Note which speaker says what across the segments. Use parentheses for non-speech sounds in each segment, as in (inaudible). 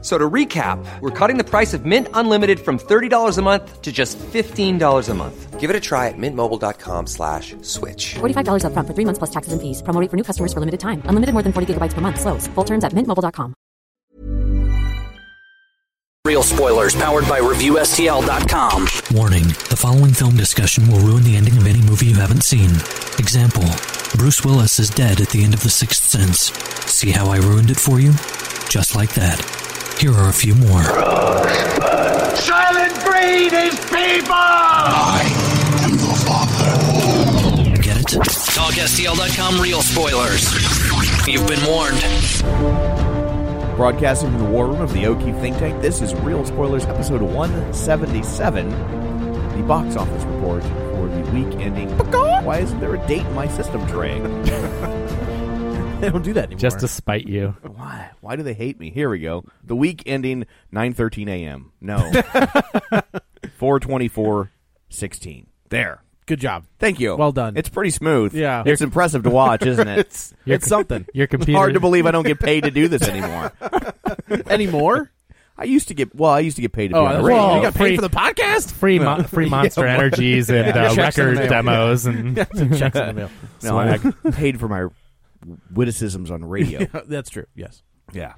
Speaker 1: So to recap, we're cutting the price of Mint Unlimited from $30 a month to just $15 a month. Give it a try at mintmobile.com slash switch.
Speaker 2: $45 upfront for three months plus taxes and fees. Promo rate for new customers for limited time. Unlimited more than 40 gigabytes per month. Slows. Full terms at mintmobile.com.
Speaker 3: Real spoilers powered by ReviewSTL.com.
Speaker 4: Warning the following film discussion will ruin the ending of any movie you haven't seen. Example Bruce Willis is dead at the end of The Sixth Sense. See how I ruined it for you? Just like that. Here are a few more.
Speaker 5: Silent breed is people!
Speaker 4: Get it? TalkSTL.com Real spoilers. You've been warned.
Speaker 6: Broadcasting from the war room of the O'Keefe Think Tank, this is Real Spoilers, episode 177, the box office report for the week ending. Why isn't there a date in my system, Trey? they don't do that anymore.
Speaker 7: just to spite you.
Speaker 6: why? Why do they hate me? Here we go. The week ending 9:13 a.m.
Speaker 8: (laughs)
Speaker 6: No, 4:24:16. There.
Speaker 8: Good job.
Speaker 6: Thank you.
Speaker 8: Well done.
Speaker 6: It's pretty smooth.
Speaker 8: Yeah.
Speaker 6: It's impressive to watch, isn't it? it's
Speaker 7: Your
Speaker 8: (laughs) it's
Speaker 7: com-
Speaker 8: something
Speaker 7: Your computer.
Speaker 6: hard to believe I don't get paid to do this anymore.
Speaker 8: anymore.
Speaker 6: I used to get well. I used to get paid to be on the
Speaker 8: Oh, that's
Speaker 6: radio.
Speaker 8: right. you
Speaker 7: Whoa.
Speaker 8: (laughs) got paid for
Speaker 9: (laughs)
Speaker 8: the podcast.
Speaker 7: Free, mon- free monster energies and uh,
Speaker 8: Checks in the
Speaker 7: record
Speaker 8: mail.
Speaker 7: demos and
Speaker 8: Checks (laughs) in the mail.
Speaker 6: No, I (laughs) paid for my witticisms on radio.
Speaker 8: (laughs) Uh, That's true. Yes.
Speaker 6: yeah.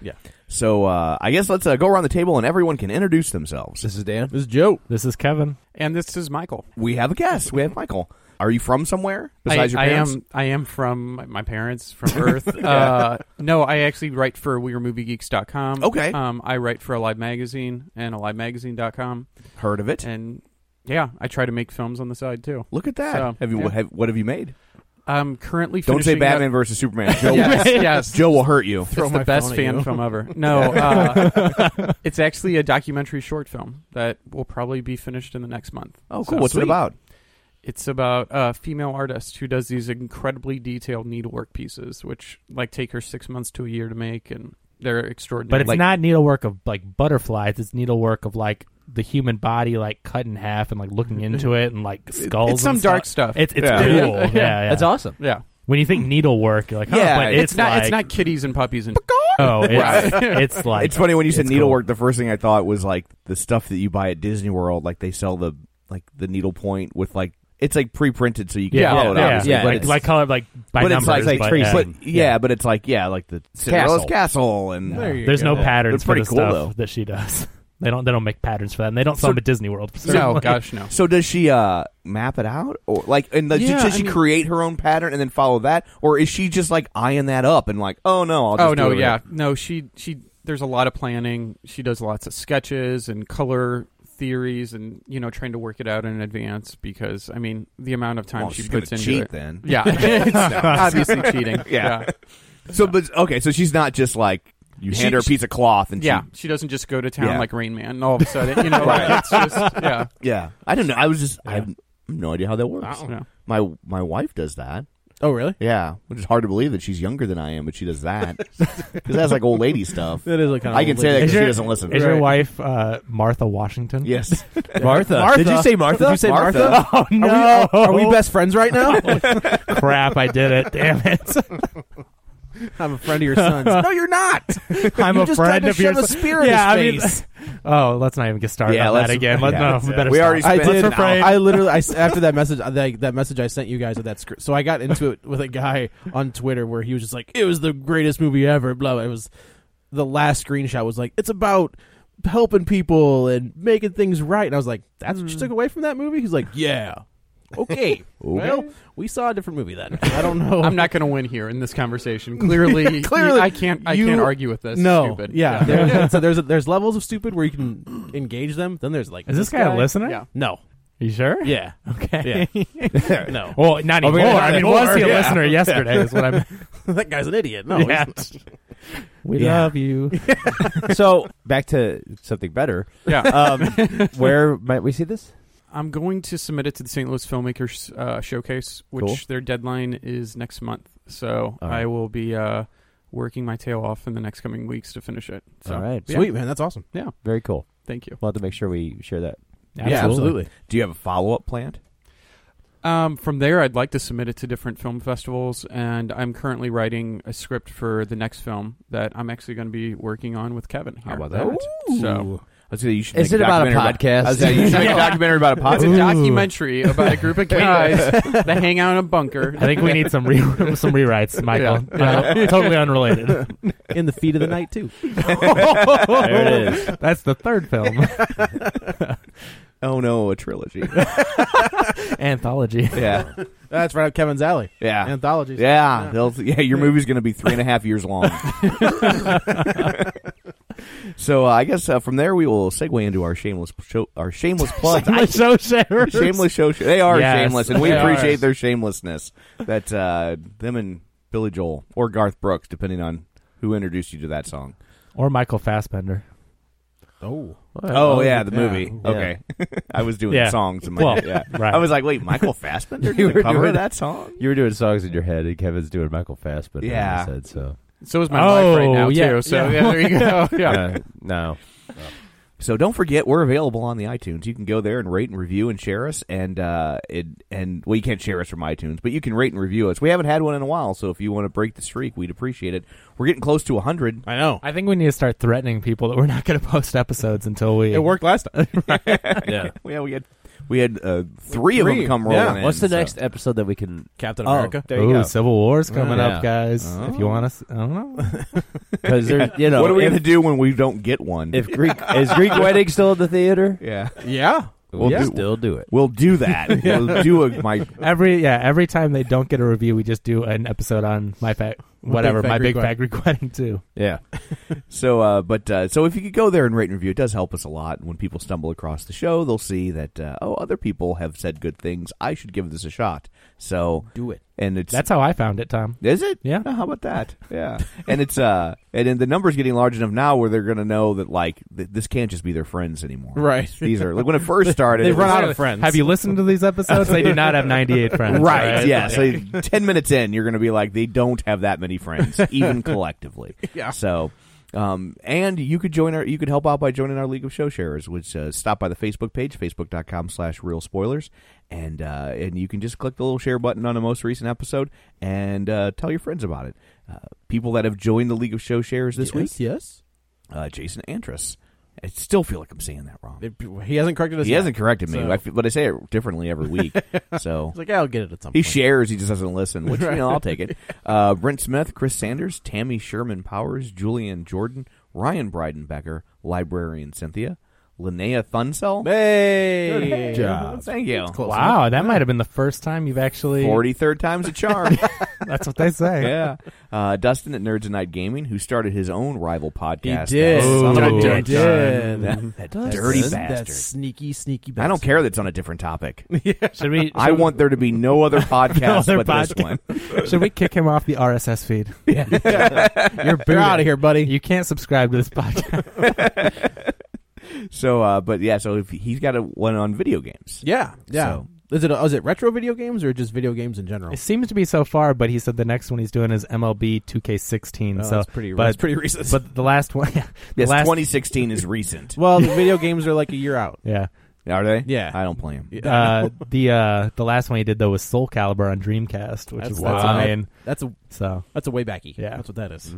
Speaker 6: So uh, I guess let's uh, go around the table and everyone can introduce themselves.
Speaker 8: is Dan. This is Joe.
Speaker 7: This is Kevin.
Speaker 9: And this is Michael.
Speaker 6: We have a guest. We have Michael. Are you from somewhere besides
Speaker 9: I,
Speaker 6: your parents?
Speaker 9: I am. I am from my parents from
Speaker 6: (laughs)
Speaker 9: Earth. uh, no, I actually write for WeAreMovieGeeks.com.
Speaker 6: Okay.
Speaker 9: Um, I write for Alive Magazine and AliveMagazine.com,
Speaker 6: Heard of it?
Speaker 9: and yeah, I try to make films on the side too.
Speaker 6: Look at that.
Speaker 9: So,
Speaker 6: have you?
Speaker 9: yeah.
Speaker 6: Have, what have you made?
Speaker 9: I'm currently
Speaker 6: Don't say
Speaker 9: finishing up-
Speaker 6: Batman versus Superman. Joe, (laughs)
Speaker 9: yes, yes.
Speaker 6: Joe will hurt you.
Speaker 9: It's the best
Speaker 8: phone at
Speaker 9: fan
Speaker 8: you.
Speaker 9: film ever. No, uh, (laughs) it's actually a documentary short film that will probably be finished in the next month.
Speaker 6: (laughs) Oh,
Speaker 9: So
Speaker 6: cool. What's
Speaker 9: sweet.
Speaker 6: it about?
Speaker 9: It's about a female artist who does these incredibly detailed needlework pieces, which like take her six months to a year to make, and they're extraordinary.
Speaker 7: But it's
Speaker 9: Like,
Speaker 7: not needlework of like butterflies. It's needlework of like the human body, like cut in half and like looking into it and like skulls.
Speaker 9: it's some
Speaker 7: and
Speaker 9: dark
Speaker 7: stuff.
Speaker 9: stuff.
Speaker 7: It's it's
Speaker 6: Yeah.
Speaker 7: cool.
Speaker 9: (laughs)
Speaker 6: Yeah.
Speaker 7: Yeah, yeah.
Speaker 8: That's awesome.
Speaker 9: yeah,
Speaker 7: When you think needlework, you're like, oh,
Speaker 6: Yeah,
Speaker 7: but
Speaker 6: it's
Speaker 7: it's,
Speaker 9: it's not
Speaker 7: Like,
Speaker 9: it's not kitties and puppies and
Speaker 7: (laughs) Oh, it's, it's like
Speaker 6: It's funny when you said
Speaker 7: it's
Speaker 6: needlework. The first thing I thought was like the stuff that you buy at Disney World. Like they sell the like the needle point with like it's like pre-printed so you can
Speaker 7: Yeah,
Speaker 6: follow it.
Speaker 7: yeah,
Speaker 6: obviously,
Speaker 7: yeah.
Speaker 6: but
Speaker 7: Like,
Speaker 6: it's-
Speaker 7: like color, like by
Speaker 6: but
Speaker 7: numbers.
Speaker 6: it's like,
Speaker 7: but, yeah.
Speaker 6: but, yeah, but it's like yeah, like the Cinderella's castle, and
Speaker 7: There's no patterns
Speaker 6: They're
Speaker 7: for
Speaker 6: pretty
Speaker 7: the
Speaker 6: cool,
Speaker 7: stuff
Speaker 6: though.
Speaker 7: that she does. (laughs) They don't. They don't make patterns for that. and They don't sell them at Disney World.
Speaker 8: (laughs)
Speaker 9: no,
Speaker 7: (laughs)
Speaker 9: gosh, no.
Speaker 6: So does she uh, map it out, or like, and the,
Speaker 9: Yeah,
Speaker 6: does
Speaker 9: I
Speaker 6: she
Speaker 9: mean-
Speaker 6: create her own pattern and then follow that, or is she just like eyeing that up and like, oh no, I'll just
Speaker 9: Oh
Speaker 6: do
Speaker 9: no,
Speaker 6: it with
Speaker 9: yeah,
Speaker 6: it.
Speaker 9: no. She she. There's a lot of planning. She does lots of sketches and color theories, and you know, trying to work it out in advance because I mean, the amount of time
Speaker 6: Well,
Speaker 9: she
Speaker 6: she's
Speaker 9: puts
Speaker 6: gonna
Speaker 9: into
Speaker 6: cheat
Speaker 9: it.
Speaker 6: then.
Speaker 9: Yeah, (laughs)
Speaker 6: (laughs)
Speaker 9: it's obviously cheating.
Speaker 6: Yeah. So, but okay, so she's not just like you
Speaker 9: She-
Speaker 6: hand her a piece of cloth and
Speaker 9: Yeah, she doesn't just go to town
Speaker 6: Yeah.
Speaker 9: like Rain Man, and all of a sudden, you know, like, it's just yeah.
Speaker 6: she, yeah. I don't know. I was just I have no idea how that works.
Speaker 9: know.
Speaker 6: My my wife does that.
Speaker 8: Oh, really?
Speaker 6: Yeah, which is hard to believe that she's younger than I am, but she does that because that's like old lady stuff.
Speaker 8: That is like kind of
Speaker 6: I can say that because she doesn't listen.
Speaker 7: Is your
Speaker 6: Right.
Speaker 7: wife uh, Martha Washington?
Speaker 6: Yes.
Speaker 8: Martha. Did you say Martha? Did you say Martha? (laughs)
Speaker 7: Oh no!
Speaker 8: Are, we, are we best friends right (laughs) now?
Speaker 7: Crap! I did it. Damn (laughs) it!
Speaker 8: I'm a friend of your son's. no, you're not.
Speaker 7: (laughs) I'm
Speaker 8: You
Speaker 7: a
Speaker 8: just
Speaker 7: friend
Speaker 8: tried to
Speaker 7: of yours.
Speaker 8: shove a spear in
Speaker 7: yeah,
Speaker 8: his
Speaker 7: I
Speaker 8: face.
Speaker 7: mean, (laughs) oh, let's not even get started
Speaker 6: Yeah,
Speaker 7: on
Speaker 6: let's-
Speaker 7: that
Speaker 8: (laughs)
Speaker 7: again. Let,
Speaker 6: yeah.
Speaker 7: no, we better
Speaker 6: We
Speaker 7: stop.
Speaker 6: already
Speaker 8: I
Speaker 6: spent
Speaker 8: did.
Speaker 6: an hour.
Speaker 8: I literally, I, s- after that message, that, that message I sent you guys with that script. So I got into it with a guy on Twitter where he was just like, "It was the greatest movie ever." Blah. blah. It was the last screenshot was like, "It's about helping people and making things right." And I was like, "That's what you took away from that movie." He's like, "Yeah, Hmm. (laughs) okay." Well, we saw a different movie then. I don't know. (laughs)
Speaker 9: I'm not going to win here in this conversation. Clearly,
Speaker 8: Clearly,
Speaker 9: I can't. I
Speaker 8: you-
Speaker 9: can't argue with this.
Speaker 8: No,
Speaker 9: stupid.
Speaker 8: yeah. (laughs) There- so there's there's levels of stupid where you can engage them. Then there's like,
Speaker 7: Is this guy a listener?
Speaker 9: Yeah.
Speaker 8: No.
Speaker 7: You sure?
Speaker 8: Yeah.
Speaker 7: (laughs) Okay.
Speaker 6: (laughs)
Speaker 7: (laughs)
Speaker 8: No.
Speaker 7: Well, not
Speaker 8: Oh, we
Speaker 7: anymore.
Speaker 8: got
Speaker 7: I mean, was he a
Speaker 8: anymore, yeah.
Speaker 7: listener yesterday? Is what I'm.
Speaker 8: that guy's an idiot. No.
Speaker 7: yeah. (laughs)
Speaker 8: (laughs)
Speaker 7: We
Speaker 10: Yeah.
Speaker 7: love you.
Speaker 10: so back to something better.
Speaker 6: (laughs)
Speaker 9: yeah.
Speaker 10: Um, where might we see this?
Speaker 9: I'm going to submit it to the St. Louis Filmmakers uh, Showcase, which
Speaker 10: Cool.
Speaker 9: their deadline is next month. So
Speaker 10: All right.
Speaker 9: I will be uh, working my tail off in the next coming weeks to finish it. So,
Speaker 5: All right.
Speaker 9: yeah. Yeah.
Speaker 5: Very cool.
Speaker 9: Thank you.
Speaker 5: We'll have to make sure we share that.
Speaker 9: Yeah, absolutely.
Speaker 6: Do you have a follow up planned?
Speaker 9: Um, from there, I'd like to submit it to different film festivals, and I'm currently writing a script for the next film that I'm actually going to be working on with Kevin. Here.
Speaker 6: How about that?
Speaker 9: So.
Speaker 6: I was gonna say you should
Speaker 5: Is
Speaker 6: make
Speaker 5: it about a
Speaker 6: documentary
Speaker 5: podcast?
Speaker 6: I was gonna say you should make a documentary about a podcast.
Speaker 9: It's a documentary about a
Speaker 7: (laughs)
Speaker 9: group of guys that hang out in a bunker.
Speaker 7: I think we need some re- (laughs) some rewrites, Michael. Uh, totally unrelated.
Speaker 8: in the feet of the night too.
Speaker 5: There it is.
Speaker 7: That's the third film
Speaker 6: Oh no, a (laughs) trilogy.
Speaker 7: (laughs) anthology.
Speaker 6: yeah,
Speaker 8: That's right up Kevin's alley.
Speaker 6: yeah,
Speaker 8: Anthologies.
Speaker 6: Yeah, they'll, yeah. Your movie's going to be three and a half years long. (laughs) so uh, I guess uh, from there we will segue into our shameless show, our shameless plug,
Speaker 7: so sharers.
Speaker 6: shameless show. They are
Speaker 7: Yes,
Speaker 6: shameless, and we
Speaker 7: they are.
Speaker 6: appreciate their shamelessness. That uh, them and Billy Joel or Garth Brooks, depending on who introduced you to that song.
Speaker 7: or Michael Fassbender.
Speaker 8: Oh.
Speaker 6: Oh, yeah, the movie.
Speaker 5: Yeah.
Speaker 8: (laughs)
Speaker 6: Okay, (laughs) I was doing
Speaker 7: Yeah.
Speaker 6: songs in my
Speaker 7: Well,
Speaker 6: head, yeah.
Speaker 7: right.
Speaker 6: I was like, wait, Michael Fassbender
Speaker 5: You
Speaker 6: did a
Speaker 5: were
Speaker 6: cover
Speaker 5: doing
Speaker 6: of that song?
Speaker 5: You were doing songs in your head, and Kevin's doing Michael Fassbender.
Speaker 6: Yeah.
Speaker 5: I said so.
Speaker 9: So is my
Speaker 7: Oh,
Speaker 9: wife right now
Speaker 7: yeah,
Speaker 9: too. So
Speaker 7: yeah.
Speaker 9: yeah, there you go. Yeah.
Speaker 5: Uh, no.
Speaker 6: So don't forget, we're available on the iTunes. You can go there and rate and review and share us, and uh, it and well, you can't share us from iTunes, but you can rate and review us. We haven't had one in a while, so if you want to break the streak, we'd appreciate it. We're getting close to hundred.
Speaker 8: I know. (laughs)
Speaker 7: I think we need to start threatening people that we're not going to post episodes until we.
Speaker 8: It worked last time.
Speaker 5: Yeah.
Speaker 6: Yeah, we had we had uh, three, of them
Speaker 8: (laughs) Three.
Speaker 6: come rolling.
Speaker 8: Yeah.
Speaker 6: in,
Speaker 5: What's the
Speaker 6: so-
Speaker 5: next episode that we can?
Speaker 8: Captain
Speaker 5: Oh,
Speaker 8: America. (laughs)
Speaker 5: there you
Speaker 7: Ooh,
Speaker 5: go.
Speaker 7: Civil War's coming
Speaker 5: Yeah.
Speaker 7: up, guys. If you want us, I don't know.
Speaker 5: Because
Speaker 8: (laughs)
Speaker 5: there's, you know,
Speaker 6: what are we
Speaker 5: if,
Speaker 6: gonna do when we don't get one?
Speaker 5: if Greek is
Speaker 8: (laughs)
Speaker 5: Greek Wedding still in the theater?
Speaker 6: (laughs) yeah,
Speaker 8: yeah.
Speaker 5: We'll
Speaker 6: Yeah.
Speaker 5: still do it.
Speaker 6: we'll
Speaker 5: (laughs)
Speaker 6: do that. We'll do a, my
Speaker 7: Every yeah, every time they don't get a review, we just do an episode on my fat whatever
Speaker 8: Fat
Speaker 7: my
Speaker 8: Greek
Speaker 7: big fat Greek wedding too.
Speaker 5: Yeah.
Speaker 6: So, uh, but uh, so if you could go there and rate and review, it does help us a lot. And when people stumble across the show, they'll see that uh, oh, other people have said good things. I should give this a shot. So
Speaker 8: Do it.
Speaker 6: and it's
Speaker 7: That's how I found it, Tom.
Speaker 6: is it
Speaker 7: Yeah.
Speaker 6: Oh, how about
Speaker 8: (laughs)
Speaker 6: that? Yeah, and it's uh, and, then the numbers getting large enough now where they're gonna know that like th- this can't just be their friends anymore.
Speaker 8: Right.
Speaker 6: These are like when it first started.
Speaker 8: (laughs) They
Speaker 6: it
Speaker 8: run
Speaker 6: was-
Speaker 8: out of friends.
Speaker 7: Have you listened to these episodes? they do not have ninety eight friends.
Speaker 6: (laughs) Right, yeah. So ten minutes in, you're going to be like, they don't have that many friends, even collectively. Yeah. So, um, and you could join our, you could help out by joining our League of Show Sharers, which uh, stop by the Facebook page, facebook.com/slash Real Spoilers, and uh, and you can just click the little share button on the most recent episode and uh, tell your friends about it. Uh, people that have joined the League of Show Sharers this week,
Speaker 8: Yes.
Speaker 6: uh, Jason Antris. I still feel like I'm saying that wrong.
Speaker 8: He hasn't corrected us.
Speaker 6: he
Speaker 8: yet.
Speaker 6: hasn't corrected me,
Speaker 8: So-
Speaker 6: I feel, but I say it differently every week. so
Speaker 8: He's like, yeah, I'll get it at some
Speaker 6: he
Speaker 8: point.
Speaker 6: shares, he just doesn't listen, which, you know, I'll take it. Uh, Brent Smith, Chris Sanders, Tammy Sherman Powers, Julian Jordan, Ryan Breidenbecker, librarian Cynthia, Linnea Thunsell.
Speaker 8: Hey.
Speaker 6: Good job. Thank you.
Speaker 7: Wow, that might have been the first time you've actually.
Speaker 6: 43rd time's a charm.
Speaker 7: That's what they say.
Speaker 6: yeah. Uh, Dustin at Nerds and Night Gaming, who started his own rival
Speaker 8: He
Speaker 6: podcast.
Speaker 8: did.
Speaker 6: That son of a
Speaker 7: Ooh.
Speaker 6: bitch.
Speaker 7: He did.
Speaker 6: That- that
Speaker 8: That's-
Speaker 6: dirty
Speaker 8: that's
Speaker 6: bastard.
Speaker 8: sneaky, sneaky bastard.
Speaker 6: I don't care that it's on a different topic.
Speaker 7: (laughs)
Speaker 8: (laughs)
Speaker 7: Should we?
Speaker 6: I want there to be no other podcast
Speaker 7: other
Speaker 6: but
Speaker 7: podcast.
Speaker 6: this one.
Speaker 7: Should we kick him off the RSS feed? Yeah.
Speaker 6: (laughs)
Speaker 7: You're,
Speaker 8: (laughs) You're
Speaker 7: booted.
Speaker 8: out of here, buddy.
Speaker 7: You can't subscribe to this podcast.
Speaker 6: So, uh, but yeah, so if he's got a one on video games.
Speaker 8: yeah. Yeah.
Speaker 6: So-
Speaker 8: Is it is it retro video games or just video games in general?
Speaker 7: It seems to be so far, but he said the next one he's doing is MLB 2K16.
Speaker 8: Oh,
Speaker 7: so
Speaker 8: that's pretty.
Speaker 7: but,
Speaker 8: that's (laughs) pretty recent.
Speaker 7: But the last one, (laughs) the
Speaker 6: Yes,
Speaker 7: last,
Speaker 6: 2016 is recent.
Speaker 8: well, the video games are like a
Speaker 7: (laughs)
Speaker 8: year out.
Speaker 7: yeah,
Speaker 6: (laughs) Are they?
Speaker 8: Yeah.
Speaker 6: I don't play them.
Speaker 7: uh,
Speaker 8: (laughs)
Speaker 7: the uh, the last one he did though was Soul Calibur on Dreamcast, which
Speaker 8: That's-
Speaker 7: is
Speaker 8: that's
Speaker 7: that's
Speaker 8: a-
Speaker 7: main.
Speaker 8: That's a
Speaker 7: So
Speaker 8: that's a way backy.
Speaker 7: Yeah. Mm-hmm.
Speaker 8: that's what that is.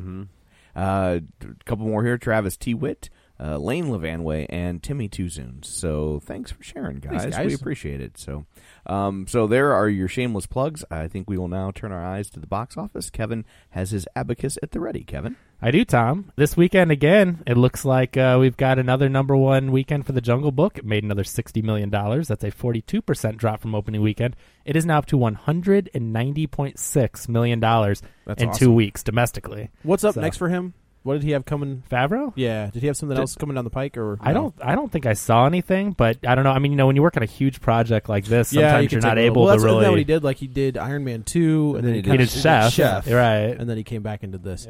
Speaker 6: Uh, a couple more here. Travis T. Witt, uh, Lane Levanway, and Timmy Tuzoons. So thanks for sharing, guys.
Speaker 8: guys.
Speaker 6: We appreciate it. So, um, so there are your shameless plugs. I think we will now turn our eyes to the box office. Kevin has his abacus at the ready. Kevin,
Speaker 7: I do, Tom. This weekend again, it looks like uh, we've got another number one weekend for The Jungle Book. It made another sixty million dollars. That's a forty-two percent drop from opening weekend. It is now up to one hundred and ninety point six million dollars
Speaker 8: That's
Speaker 7: in two
Speaker 8: awesome.
Speaker 7: weeks domestically.
Speaker 8: What's up
Speaker 7: So-
Speaker 8: next for him? What did he have coming?
Speaker 7: Favreau.
Speaker 8: Yeah, did he have something else coming down the pike or?
Speaker 7: I
Speaker 8: no?
Speaker 7: don't. I don't think I saw anything, but I don't know. I mean, you know, when you work on a huge project like this,
Speaker 8: Yeah, you
Speaker 7: sometimes
Speaker 8: can
Speaker 7: you're
Speaker 8: take
Speaker 7: not
Speaker 8: a little-
Speaker 7: able to
Speaker 8: well, that's, isn't
Speaker 7: really.
Speaker 8: that what he did. Like he did Iron Man two, and then he
Speaker 7: He did chef, right?
Speaker 8: and then he came back into this.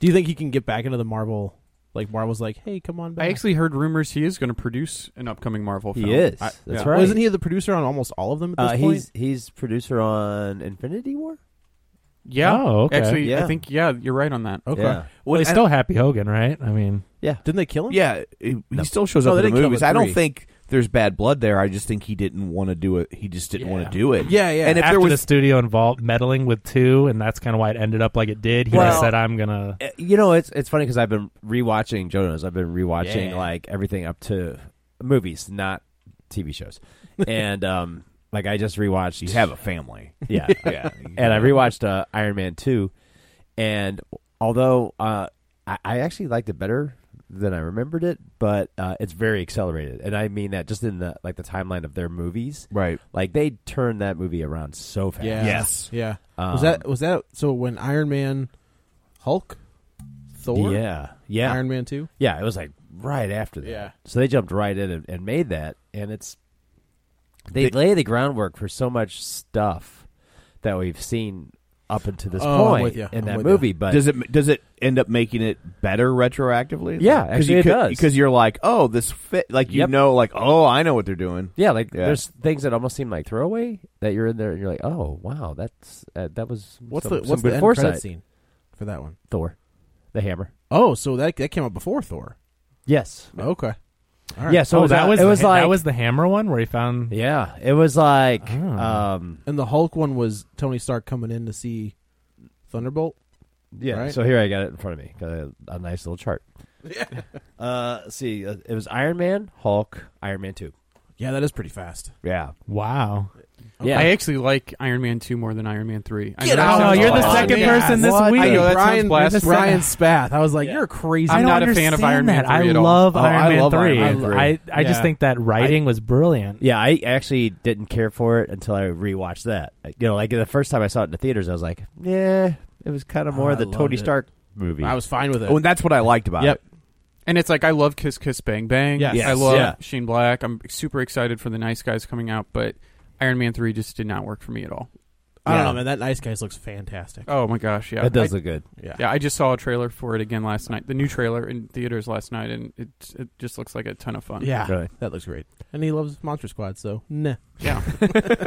Speaker 8: Do you think he can get back into the Marvel? Like Marvel's like, hey, come on back.
Speaker 9: I actually heard rumors he is going to produce an upcoming Marvel
Speaker 5: He
Speaker 9: film.
Speaker 5: is.
Speaker 9: I-
Speaker 5: That's
Speaker 9: yeah.
Speaker 5: right.
Speaker 8: Well, isn't he the producer on almost all of them at
Speaker 5: Uh,
Speaker 8: this point?
Speaker 5: he's he's producer on Infinity War.
Speaker 9: Yeah.
Speaker 7: Oh, okay.
Speaker 9: Actually,
Speaker 6: Yeah.
Speaker 9: I think yeah, you're right on that.
Speaker 8: Okay.
Speaker 6: Yeah.
Speaker 7: Well, he's still Happy Hogan, right? I mean,
Speaker 8: Didn't they kill him?
Speaker 5: Yeah, it- he still shows
Speaker 8: No,
Speaker 5: up
Speaker 8: they
Speaker 5: in
Speaker 8: didn't
Speaker 5: the
Speaker 8: kill him
Speaker 5: movies.
Speaker 8: at
Speaker 5: I don't
Speaker 8: three.
Speaker 5: think there's bad blood there. I just think he didn't want to do it. He just didn't want to do it.
Speaker 8: Yeah, yeah.
Speaker 5: And if
Speaker 7: after
Speaker 5: there
Speaker 7: the
Speaker 5: was
Speaker 7: studio involved meddling with two, and that's kind of why it ended up like it did. He just
Speaker 6: Well-
Speaker 7: said, "I'm gonna."
Speaker 6: Uh, You know, it's it's funny because I've been rewatching Jonas. I've been rewatching like everything up to movies, not TV shows, and
Speaker 8: (laughs)
Speaker 6: um, like I just rewatched.
Speaker 5: you have a family.
Speaker 6: (laughs) yeah,
Speaker 5: Yeah,
Speaker 6: and I rewatched uh, Iron Man two, and although uh, I, I actually liked it better than I remembered it, but uh, it's very accelerated, and I mean that just in the like the timeline of their movies,
Speaker 5: right.
Speaker 6: like they turned that movie around so fast.
Speaker 8: Yeah.
Speaker 5: Yes.
Speaker 8: Yeah.
Speaker 6: Um,
Speaker 8: was that was that so when Iron Man, Hulk, Thor,
Speaker 6: Yeah, yeah,
Speaker 8: Iron Man two?
Speaker 6: Yeah, it was like right after that.
Speaker 8: Yeah.
Speaker 6: So they jumped right in and, and made that, and it's they, lay the groundwork for so much stuff that we've seen up until this
Speaker 8: Oh, I'm
Speaker 6: point
Speaker 8: with ya.
Speaker 6: in
Speaker 8: I'm
Speaker 6: that
Speaker 8: with
Speaker 6: movie. But
Speaker 5: Does it does it end up making it better retroactively?
Speaker 6: Yeah,
Speaker 5: because you
Speaker 6: actually it does.
Speaker 5: Because you're like, oh, this fit. Like you
Speaker 6: Yep.
Speaker 5: know, like oh, I know what they're doing.
Speaker 6: yeah, like
Speaker 5: Yeah.
Speaker 6: there's things that almost seem like throwaway that you're in there and you're like, oh wow, that's uh, that was
Speaker 8: What's
Speaker 6: some,
Speaker 8: the
Speaker 6: some
Speaker 8: what's the
Speaker 6: good
Speaker 8: end
Speaker 6: foresight.
Speaker 8: credit scene for that one?
Speaker 6: Thor, the hammer.
Speaker 8: Oh, so that that came out before Thor.
Speaker 6: Yes.
Speaker 8: Okay. All right.
Speaker 6: Yeah. So
Speaker 7: oh, that was
Speaker 6: it
Speaker 7: the
Speaker 6: was
Speaker 7: ha-
Speaker 6: like
Speaker 7: that was the hammer one where he found.
Speaker 6: yeah, it was like
Speaker 7: Oh.
Speaker 5: Ah.
Speaker 6: um
Speaker 8: And the Hulk one was Tony Stark coming in to see Thunderbolt.
Speaker 6: Yeah.
Speaker 8: Right?
Speaker 6: So here I got it in front of me. Got a, a nice
Speaker 5: (laughs)
Speaker 6: little chart. Uh, let's see, uh, it was Iron Man, Hulk, Iron Man two.
Speaker 8: Yeah, that is pretty fast.
Speaker 6: Yeah.
Speaker 7: Wow.
Speaker 6: Yeah.
Speaker 9: I actually like Iron Man two more than Iron Man three. I know
Speaker 8: Get
Speaker 9: that
Speaker 8: out.
Speaker 7: Oh,
Speaker 9: sounds
Speaker 7: you're the
Speaker 9: awful.
Speaker 7: second
Speaker 9: Yeah.
Speaker 7: person this
Speaker 8: What?
Speaker 7: week.
Speaker 9: I know that
Speaker 8: Brian,
Speaker 9: sounds blasphemous.
Speaker 8: Brian Spath. I was like, you're crazy.
Speaker 9: I'm
Speaker 7: I don't
Speaker 9: not a fan of
Speaker 7: understand
Speaker 9: Iron Man
Speaker 7: that. I
Speaker 9: 3 at all.
Speaker 7: love
Speaker 6: Oh,
Speaker 7: Iron
Speaker 6: I
Speaker 7: Man
Speaker 6: love Iron
Speaker 7: three.
Speaker 6: Man 3.
Speaker 7: I, I just
Speaker 8: Yeah.
Speaker 7: think that writing was brilliant.
Speaker 6: Yeah, I actually didn't care for it until I rewatched that. Like, You know, like the first time I saw it in the theaters, I was like, "Yeah, it was kind of more
Speaker 8: I
Speaker 6: the
Speaker 8: loved
Speaker 6: Tony
Speaker 8: it.
Speaker 6: Stark movie."
Speaker 8: I was fine with it.
Speaker 5: Oh, and that's what I liked about
Speaker 8: Yep.
Speaker 5: it.
Speaker 9: And it's like I love Kiss Kiss Bang Bang.
Speaker 8: Yes.
Speaker 9: I love
Speaker 6: Yeah.
Speaker 9: Shane Black. I'm super excited for the Nice Guys coming out, but Iron Man three just did not work for me at all.
Speaker 8: I don't
Speaker 6: Yeah.
Speaker 8: know, man. That nice guy looks fantastic.
Speaker 9: Oh my gosh, yeah,
Speaker 6: that does
Speaker 9: I-
Speaker 6: look good.
Speaker 9: yeah, I just saw a trailer for it again last night. The new trailer in theaters last night, and it it just looks like a ton of fun.
Speaker 8: Yeah,
Speaker 6: Really.
Speaker 8: that looks great. And he loves Monster Squad, so nah. (laughs)
Speaker 9: yeah.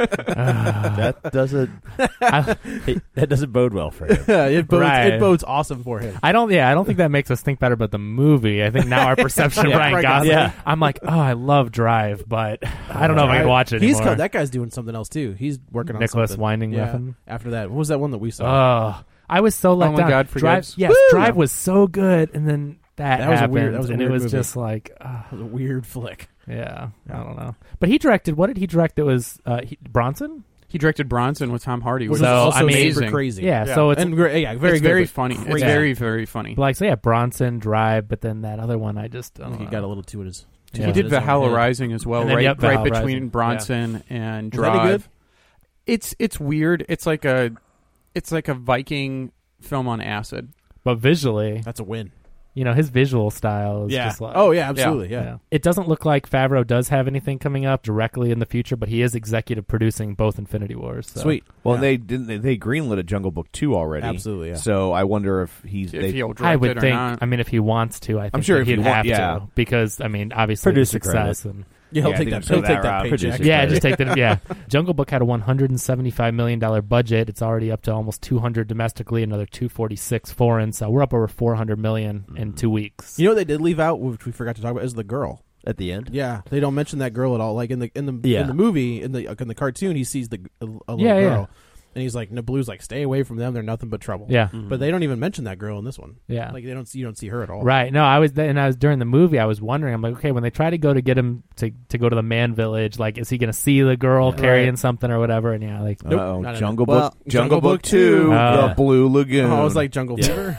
Speaker 6: (laughs) That doesn't.
Speaker 7: I,
Speaker 6: that doesn't bode well for him.
Speaker 8: it bodes
Speaker 7: Right.
Speaker 8: it bodes awesome for him.
Speaker 7: I don't. Yeah, I don't think that makes us think better about the movie. I think now
Speaker 8: (laughs)
Speaker 7: our perception of Ryan
Speaker 8: Ryan
Speaker 7: Gosling.
Speaker 6: Gosling.
Speaker 7: I'm like, oh, I love Drive, but I don't know if I can watch it
Speaker 8: He's
Speaker 7: anymore.
Speaker 8: called, that guy's doing something else too. He's working on
Speaker 7: Nicholas
Speaker 8: something.
Speaker 7: Winding
Speaker 8: yeah.
Speaker 7: Refn.
Speaker 8: After that, what was that one that we saw?
Speaker 7: Oh, I was so let
Speaker 9: my
Speaker 7: down.
Speaker 9: God, for
Speaker 7: Drive,
Speaker 9: Gibbs.
Speaker 7: yes, Drive was so good, and then that,
Speaker 8: That was a
Speaker 7: happened,
Speaker 8: weird- that was a
Speaker 7: and it
Speaker 8: weird
Speaker 7: was
Speaker 8: movie.
Speaker 7: just like, uh,
Speaker 8: That was a weird flick.
Speaker 7: yeah, I don't know. But he directed. What did he direct? That was uh, he, Bronson.
Speaker 9: He directed Bronson with Tom Hardy,
Speaker 8: Which
Speaker 9: which
Speaker 7: So,
Speaker 8: is
Speaker 9: is
Speaker 8: also
Speaker 7: I mean-
Speaker 8: super
Speaker 9: amazing.
Speaker 8: crazy.
Speaker 7: Yeah, so it's
Speaker 8: and gr- yeah, very
Speaker 9: Very,
Speaker 8: good,
Speaker 9: very
Speaker 8: but
Speaker 9: funny. It's
Speaker 8: crazy.
Speaker 9: very, very funny.
Speaker 7: like so yeah, Bronson Drive, but then that other one I just I
Speaker 8: I
Speaker 7: don't
Speaker 8: think he
Speaker 7: know.
Speaker 8: got a little too at his. too
Speaker 7: Yeah.
Speaker 9: He
Speaker 8: at
Speaker 9: did
Speaker 8: his own
Speaker 9: Valhalla
Speaker 8: head.
Speaker 9: Rising as well,
Speaker 7: And then,
Speaker 9: right,
Speaker 7: yep,
Speaker 9: right
Speaker 7: Valhalla
Speaker 9: between
Speaker 7: Rising.
Speaker 9: Bronson and
Speaker 8: Was that any
Speaker 9: Drive.
Speaker 8: good?
Speaker 9: It's it's weird. It's like a it's like a Viking film on acid.
Speaker 7: but visually,
Speaker 8: That's a win.
Speaker 7: you know, his visual style is
Speaker 8: yeah.
Speaker 7: just like
Speaker 8: oh yeah, absolutely. Yeah.
Speaker 7: Yeah. It doesn't look like Favreau does have anything coming up directly in the future, but he is executive producing both Infinity Wars. So.
Speaker 8: Sweet.
Speaker 5: (laughs) Well,
Speaker 8: Yeah.
Speaker 5: they didn't. They, they greenlit a Jungle Book two already.
Speaker 8: Absolutely, yeah.
Speaker 5: So I wonder if he's.
Speaker 9: If
Speaker 5: they,
Speaker 9: he'll direct
Speaker 7: I would
Speaker 9: it or
Speaker 7: think.
Speaker 9: not.
Speaker 7: I mean, if he wants to, I think
Speaker 5: sure
Speaker 7: that
Speaker 5: if he
Speaker 7: he'd
Speaker 5: wa-
Speaker 7: have
Speaker 5: yeah.
Speaker 7: to because I mean, obviously, the
Speaker 6: Producer
Speaker 7: success and
Speaker 8: Yeah, he'll
Speaker 5: Yeah, I
Speaker 8: take
Speaker 5: think
Speaker 8: that.
Speaker 5: so
Speaker 8: He'll
Speaker 5: that
Speaker 8: take that
Speaker 5: route.
Speaker 8: paycheck.
Speaker 6: Producer.
Speaker 7: yeah,
Speaker 6: credit.
Speaker 7: just
Speaker 6: (laughs)
Speaker 7: take the yeah. Jungle Book had a 175 million dollar budget. It's already up to almost 200 domestically, another 246 foreign. So we're up over 400 million
Speaker 5: Mm-hmm.
Speaker 7: in two weeks.
Speaker 8: You know what they did leave out, which we forgot to talk about, is the girl.
Speaker 6: At the end,
Speaker 8: Yeah, they don't mention that girl at all. Like in the in the
Speaker 6: Yeah.
Speaker 8: in the movie in the like, in the cartoon, he sees the g- a, a little
Speaker 7: Yeah, yeah.
Speaker 8: girl, and he's like, "Nablu's like, stay away from them. They're nothing but trouble."
Speaker 7: yeah,
Speaker 5: Mm-hmm.
Speaker 8: but they don't even mention that girl in this one.
Speaker 7: yeah.
Speaker 8: Like they don't see you don't see her at all.
Speaker 7: Right. No, I was and I was during the movie. I was wondering. I'm like, okay, when they try to go to get him to to go to the man village, like, is he going to see the girl carrying something or whatever? And yeah, like, (laughs)
Speaker 8: Nope,
Speaker 5: Uh-oh,
Speaker 8: not in
Speaker 5: Jungle
Speaker 8: it. Well,
Speaker 5: Book, Jungle Book
Speaker 6: Oh,
Speaker 5: two,
Speaker 7: Uh,
Speaker 5: the Blue Lagoon.
Speaker 8: Oh, I was like Jungle Fever.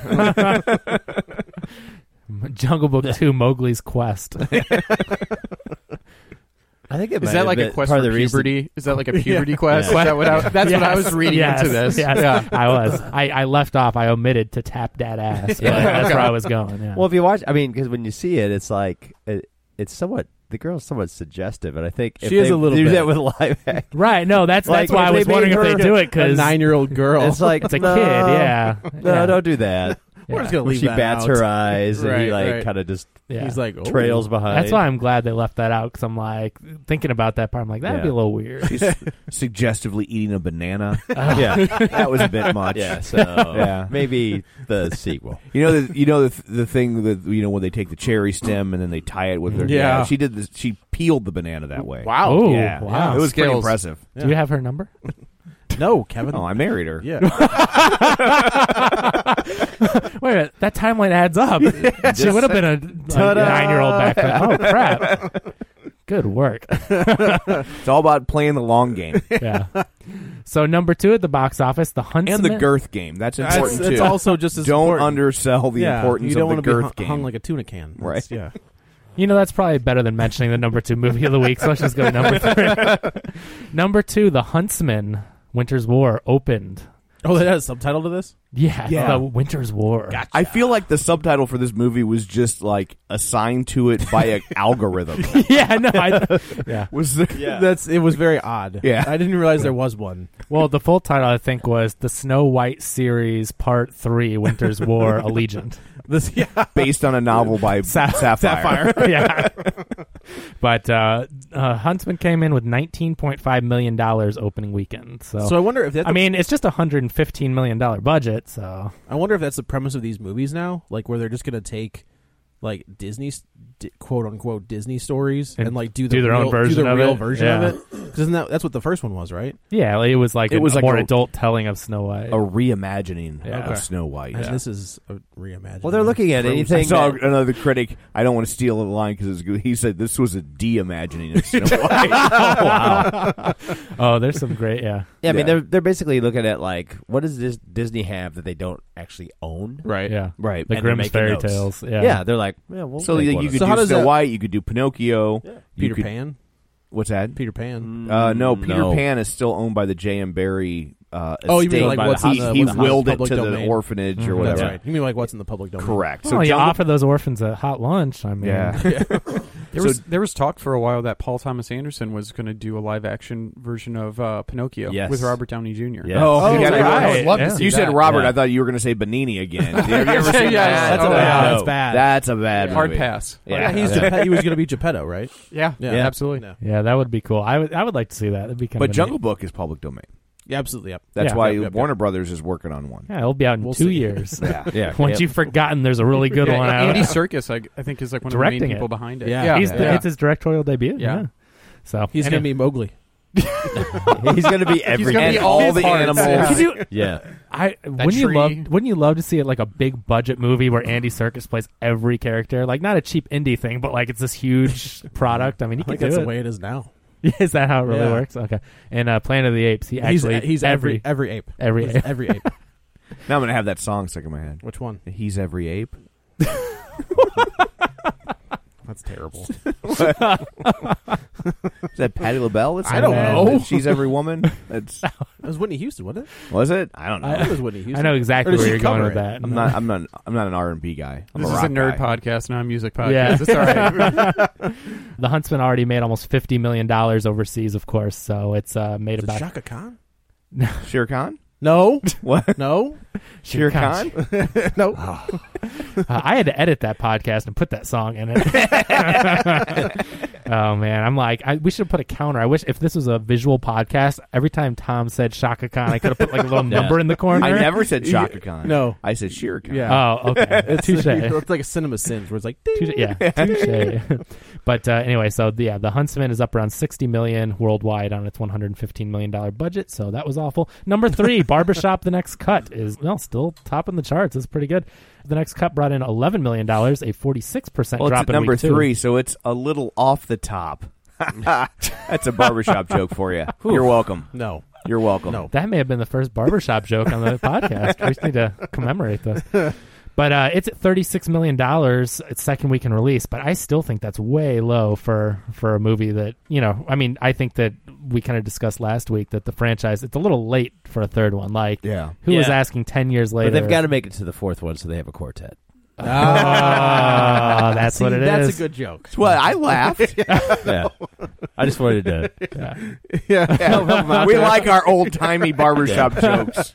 Speaker 7: Jungle Book Two: Mowgli's Quest.
Speaker 6: I think it
Speaker 9: Is that like a quest
Speaker 6: part
Speaker 9: for
Speaker 6: of the reason-
Speaker 9: puberty? Is that
Speaker 7: (laughs)
Speaker 9: like a puberty quest?
Speaker 6: Yeah.
Speaker 9: Is that what I, that's what I
Speaker 7: Yes,
Speaker 9: was reading
Speaker 7: yes,
Speaker 9: into this.
Speaker 7: yes.
Speaker 9: Yeah.
Speaker 7: I was. I, I left off. I omitted to tap that ass. But That's where I was going. Yeah.
Speaker 6: Well, if you watch, I mean, because when you see it, it's like it, it's somewhat the girl's somewhat suggestive, and I think if
Speaker 8: She is
Speaker 6: they
Speaker 8: a little
Speaker 6: do
Speaker 8: bit.
Speaker 6: that with live act,
Speaker 7: right. No, that's
Speaker 6: Like,
Speaker 7: that's why
Speaker 6: if
Speaker 7: I was
Speaker 6: they made
Speaker 7: wondering if
Speaker 6: her
Speaker 7: they do it
Speaker 8: a
Speaker 7: because
Speaker 8: nine year old girl.
Speaker 6: it's like
Speaker 7: it's a
Speaker 6: no,
Speaker 7: kid. Yeah.
Speaker 6: no,
Speaker 7: yeah.
Speaker 6: don't do that.
Speaker 8: We're just gonna
Speaker 6: Where
Speaker 8: leave
Speaker 6: she
Speaker 8: that
Speaker 6: bats
Speaker 8: out.
Speaker 6: her uh, eyes and he
Speaker 8: Right,
Speaker 6: like
Speaker 8: right.
Speaker 6: kind of just
Speaker 7: Yeah.
Speaker 8: He's like, oh.
Speaker 6: trails behind.
Speaker 7: That's why I'm glad they left that out because I'm like thinking about that part. I'm like that'd
Speaker 6: Yeah.
Speaker 7: be a little weird.
Speaker 5: She's suggestively eating a banana.
Speaker 6: yeah,
Speaker 5: That was a bit much.
Speaker 6: yeah. So maybe the sequel.
Speaker 5: You know, the, you know the the thing that you know when they take the cherry stem and then they tie it with their
Speaker 8: Yeah.
Speaker 5: She did this. She peeled the banana that way.
Speaker 7: Wow. Oh,
Speaker 5: Yeah.
Speaker 7: wow.
Speaker 5: It was pretty
Speaker 9: Skills.
Speaker 5: impressive.
Speaker 7: Do you have her number?
Speaker 8: No, Kevin.
Speaker 5: Oh, I married her.
Speaker 8: yeah.
Speaker 7: Wait a minute, that timeline adds up. she would have been a, a
Speaker 6: Ta-da.
Speaker 7: nine year old back then. Oh crap! Good work.
Speaker 5: It's all about playing the long
Speaker 8: (laughs)
Speaker 5: game
Speaker 7: Yeah. So number two at the box office, the
Speaker 5: and
Speaker 7: Huntsman.
Speaker 5: the girth game. That's important
Speaker 8: That's,
Speaker 5: too.
Speaker 8: that's also just as
Speaker 5: don't
Speaker 8: important.
Speaker 5: undersell the
Speaker 8: yeah,
Speaker 5: importance
Speaker 8: you don't
Speaker 5: of the
Speaker 8: wanna
Speaker 5: girth
Speaker 8: be hung,
Speaker 5: game.
Speaker 8: hung like a tuna can.
Speaker 5: Right. (laughs)
Speaker 8: That's- Yeah.
Speaker 7: You know that's probably better than mentioning the number two movie of the week. So let's just go number three. number two, the Huntsman. Winter's War opened.
Speaker 8: Oh, that has a subtitle to this.
Speaker 7: Yeah, it's
Speaker 5: Yeah.
Speaker 7: the Winter's War.
Speaker 5: I feel like the subtitle for this movie was just like assigned to it by
Speaker 8: (laughs)
Speaker 5: an algorithm.
Speaker 7: (laughs) yeah, no, I, yeah.
Speaker 5: Was there?
Speaker 8: That's it was very odd.
Speaker 5: Yeah.
Speaker 8: I didn't realize there was one.
Speaker 7: Well, the full title I think was the Snow White series Part Three: Winter's War Allegiant.
Speaker 8: This
Speaker 5: (laughs)
Speaker 8: (laughs) yeah.
Speaker 5: based on a novel
Speaker 8: (laughs)
Speaker 5: by Sapphire. (laughs)
Speaker 7: (laughs) yeah, but uh, uh, Huntsman came in with 19.5 million dollars opening weekend. So,
Speaker 8: So I wonder if that's
Speaker 7: I mean, it's just a 115 million dollar budget. So
Speaker 8: I wonder if that's the premise of these movies now, like where they're just going to take like Disney s- di- quote unquote Disney stories and,
Speaker 7: And
Speaker 8: like do, the
Speaker 7: do their
Speaker 8: real,
Speaker 7: own version
Speaker 8: do the
Speaker 7: of
Speaker 8: real
Speaker 7: it.
Speaker 8: version
Speaker 7: Yeah.
Speaker 8: of it. Because that, that's what the first one was, right?
Speaker 7: yeah, like, it was like
Speaker 5: It
Speaker 7: an-
Speaker 5: was
Speaker 7: a
Speaker 5: like
Speaker 7: more
Speaker 5: a-
Speaker 7: adult telling of Snow White.
Speaker 6: Oh,
Speaker 5: A reimagining
Speaker 7: Yeah.
Speaker 5: of Snow White.
Speaker 8: And this is a reimagining.
Speaker 6: Well, they're looking at anything.
Speaker 5: I saw
Speaker 8: (laughs)
Speaker 6: that-
Speaker 5: another critic. I don't want to steal the line because it's good. He said this was a de-imagining
Speaker 6: (laughs)
Speaker 5: of Snow (laughs) White.
Speaker 7: oh, there's some great yeah.
Speaker 6: yeah, I mean,
Speaker 5: Yeah.
Speaker 6: they're they're basically looking at like what does this Disney have that they don't actually own?
Speaker 9: Right.
Speaker 7: Yeah.
Speaker 5: right.
Speaker 7: The
Speaker 6: And they're
Speaker 7: Grimm's
Speaker 6: making
Speaker 7: fairy
Speaker 6: notes.
Speaker 7: tales. Yeah.
Speaker 6: Yeah, they're like, yeah, well,
Speaker 5: So like, you could
Speaker 8: So how
Speaker 5: do
Speaker 8: does
Speaker 5: Snow
Speaker 8: that-
Speaker 5: White. You could do Pinocchio. you
Speaker 8: Peter
Speaker 5: could-
Speaker 8: Pan.
Speaker 5: What's that?
Speaker 8: Peter Pan.
Speaker 5: Uh, no, Peter
Speaker 6: Mm, no.
Speaker 5: Pan is still owned by the J.M. Barry. Uh,
Speaker 8: Oh, you mean
Speaker 5: estate.
Speaker 8: like
Speaker 5: By
Speaker 8: what's
Speaker 5: the,
Speaker 8: on
Speaker 5: he,
Speaker 8: the-
Speaker 5: he
Speaker 8: what's on the
Speaker 5: willed it
Speaker 8: public
Speaker 5: to the
Speaker 8: domain.
Speaker 6: Mm-hmm.
Speaker 5: orphanage or whatever.
Speaker 8: That's right. You mean like what's in the public domain?
Speaker 5: Correct.
Speaker 7: Well,
Speaker 5: So
Speaker 7: you
Speaker 5: Jungle-
Speaker 7: offer those orphans a hot lunch. I mean,
Speaker 5: Yeah.
Speaker 9: There was there was talk for a while that Paul Thomas Anderson was going to do a live action version of uh, Pinocchio
Speaker 6: Yes.
Speaker 9: with Robert Downey Jr.
Speaker 6: Yeah. (laughs)
Speaker 5: Oh,
Speaker 7: yeah,
Speaker 5: yeah,
Speaker 7: right.
Speaker 5: I would love
Speaker 7: Yeah.
Speaker 5: to see You said
Speaker 9: that.
Speaker 5: Robert.
Speaker 6: Yeah.
Speaker 5: I thought Uh, you were going to say Benini again. Have you ever
Speaker 9: (laughs)
Speaker 5: seen
Speaker 9: Yeah,
Speaker 5: that?
Speaker 9: that's a bad-
Speaker 5: no.
Speaker 8: (laughs) that's bad.
Speaker 5: That's a bad
Speaker 9: Hard
Speaker 5: movie.
Speaker 9: pass.
Speaker 8: Yeah,
Speaker 5: Yeah.
Speaker 8: he's
Speaker 5: Yeah.
Speaker 8: Geppetto- he was going to be Geppetto, right?
Speaker 9: Yeah.
Speaker 8: (laughs) Yeah.
Speaker 9: Absolutely.
Speaker 8: No.
Speaker 7: (laughs) Yeah, that would be cool. I would I would like to see that. That'd be kind
Speaker 5: But
Speaker 7: of a
Speaker 5: Jungle
Speaker 7: neat-
Speaker 5: Book is public domain.
Speaker 8: Yeah, absolutely. Yep.
Speaker 5: That's
Speaker 7: Yeah.
Speaker 5: why
Speaker 8: Yep, yep,
Speaker 5: Warner Brothers is working on one.
Speaker 7: Yeah, it'll be out in
Speaker 8: We'll
Speaker 7: two
Speaker 8: see.
Speaker 7: years.
Speaker 6: yeah,
Speaker 7: Once you've forgotten, there's a
Speaker 9: (laughs)
Speaker 7: really good
Speaker 9: Yeah,
Speaker 7: one out.
Speaker 9: Andy Circus, I, I think, is like one of the
Speaker 7: Directing
Speaker 9: main people
Speaker 7: it.
Speaker 9: behind it.
Speaker 8: (laughs) Yeah.
Speaker 7: He's the,
Speaker 9: Yeah.
Speaker 7: It's his directorial debut. Yeah.
Speaker 9: Yeah.
Speaker 7: So
Speaker 8: He's going to be Mowgly.
Speaker 6: he's gonna be everything.
Speaker 9: gonna be
Speaker 6: And
Speaker 9: all
Speaker 6: all
Speaker 9: his
Speaker 6: the
Speaker 9: parts.
Speaker 6: animals.
Speaker 7: Could you,
Speaker 6: Yeah,
Speaker 7: I wouldn't you
Speaker 9: tree.
Speaker 7: love wouldn't you love to see it like a big budget movie where Andy Circus plays every character like not a cheap indie thing but like it's this
Speaker 8: (laughs)
Speaker 7: huge product I mean he
Speaker 8: I
Speaker 7: can
Speaker 8: think
Speaker 7: do
Speaker 8: that's
Speaker 7: it.
Speaker 8: the way it is now.
Speaker 7: (laughs) is that how it really
Speaker 8: Yeah.
Speaker 7: works okay and uh, Planet of the Apes he actually
Speaker 8: he's he's every
Speaker 7: every
Speaker 8: every ape.
Speaker 7: every
Speaker 8: He's
Speaker 7: ape.
Speaker 8: every ape.
Speaker 5: Now I'm going to have that song stuck in my head.
Speaker 8: (laughs) Which one?
Speaker 5: He's every (laughs) ape.
Speaker 8: That's
Speaker 5: (laughs)
Speaker 8: terrible.
Speaker 5: Is that Patty LaBelle? That's
Speaker 8: I
Speaker 7: oh,
Speaker 8: don't
Speaker 5: not
Speaker 8: know.
Speaker 5: bad. She's every woman. That's
Speaker 8: It was Whitney Houston, wasn't it?
Speaker 5: was it. I don't know.
Speaker 8: I, it was Whitney Houston.
Speaker 7: I know exactly
Speaker 8: Or does
Speaker 7: where
Speaker 8: she
Speaker 7: you're going
Speaker 8: cover
Speaker 7: with
Speaker 8: it?
Speaker 7: that
Speaker 5: I'm not. I'm not. I'm not an R and B guy. I'm
Speaker 9: This
Speaker 5: a
Speaker 9: is a
Speaker 5: rock
Speaker 9: nerd
Speaker 5: guy.
Speaker 9: podcast, not a music podcast.
Speaker 7: Yeah.
Speaker 9: It's all right.
Speaker 7: the Huntsman already made almost fifty million dollars overseas of course so it's uh, made
Speaker 8: Is it
Speaker 7: about
Speaker 8: Shaka Khan?
Speaker 5: Shere Khan.
Speaker 8: (laughs) No,
Speaker 5: What?
Speaker 8: no,
Speaker 5: Shere
Speaker 7: Khan.
Speaker 5: Khan.
Speaker 7: (laughs)
Speaker 8: no.
Speaker 7: Uh, I had to edit that podcast and put that song in it. (laughs) oh man, I'm like, I, we should have put a counter. I wish if this was a visual podcast, every time Tom said Shaka Khan, I could have put like a little number in the corner.
Speaker 5: I never said Shaka Khan.
Speaker 8: No.
Speaker 5: I said Shere Khan.
Speaker 8: Yeah.
Speaker 7: Oh, okay, touche.
Speaker 8: (laughs) it's like a cinema sins where it's like ding.
Speaker 7: Touche-
Speaker 5: (laughs)
Speaker 7: Yeah, touche. (laughs) but uh, anyway, so the, yeah, the Huntsman is up around sixty million worldwide on its one hundred and fifteen million dollar budget. So that was awful. Number
Speaker 5: (laughs)
Speaker 7: three, Barbershop: The Next Cut is well still top in the charts. It's pretty good. The Next Cut brought in eleven million dollars, a forty six percent
Speaker 5: Well, it's
Speaker 7: drop
Speaker 5: at
Speaker 7: in
Speaker 5: number
Speaker 7: week two.
Speaker 5: three, so it's a little off the top. (laughs) That's a (laughs) barbershop joke for you. You're welcome.
Speaker 8: No,
Speaker 5: You're welcome.
Speaker 8: No.
Speaker 7: That may have been the first barbershop joke on the podcast. We just need to commemorate this. But uh, it's at thirty-six million dollars, its second week in release. But I still think that's way low for for a movie that you know. I mean, I think that we kind of discussed last week that the franchise it's a little late for a third one. Like,
Speaker 5: Yeah.
Speaker 7: who was
Speaker 6: Yeah.
Speaker 7: asking ten years later?
Speaker 6: but they've got to make it to the fourth one, so they have
Speaker 5: (laughs)
Speaker 6: a quartet.
Speaker 7: (laughs) Ah, that's what it is.
Speaker 8: Oh, (laughs) that's a good joke.
Speaker 5: Well, I laughed.
Speaker 6: Yeah, I just wanted to.
Speaker 5: yeah,
Speaker 7: out
Speaker 5: we
Speaker 7: there.
Speaker 5: like our old timey (laughs) barbershop jokes.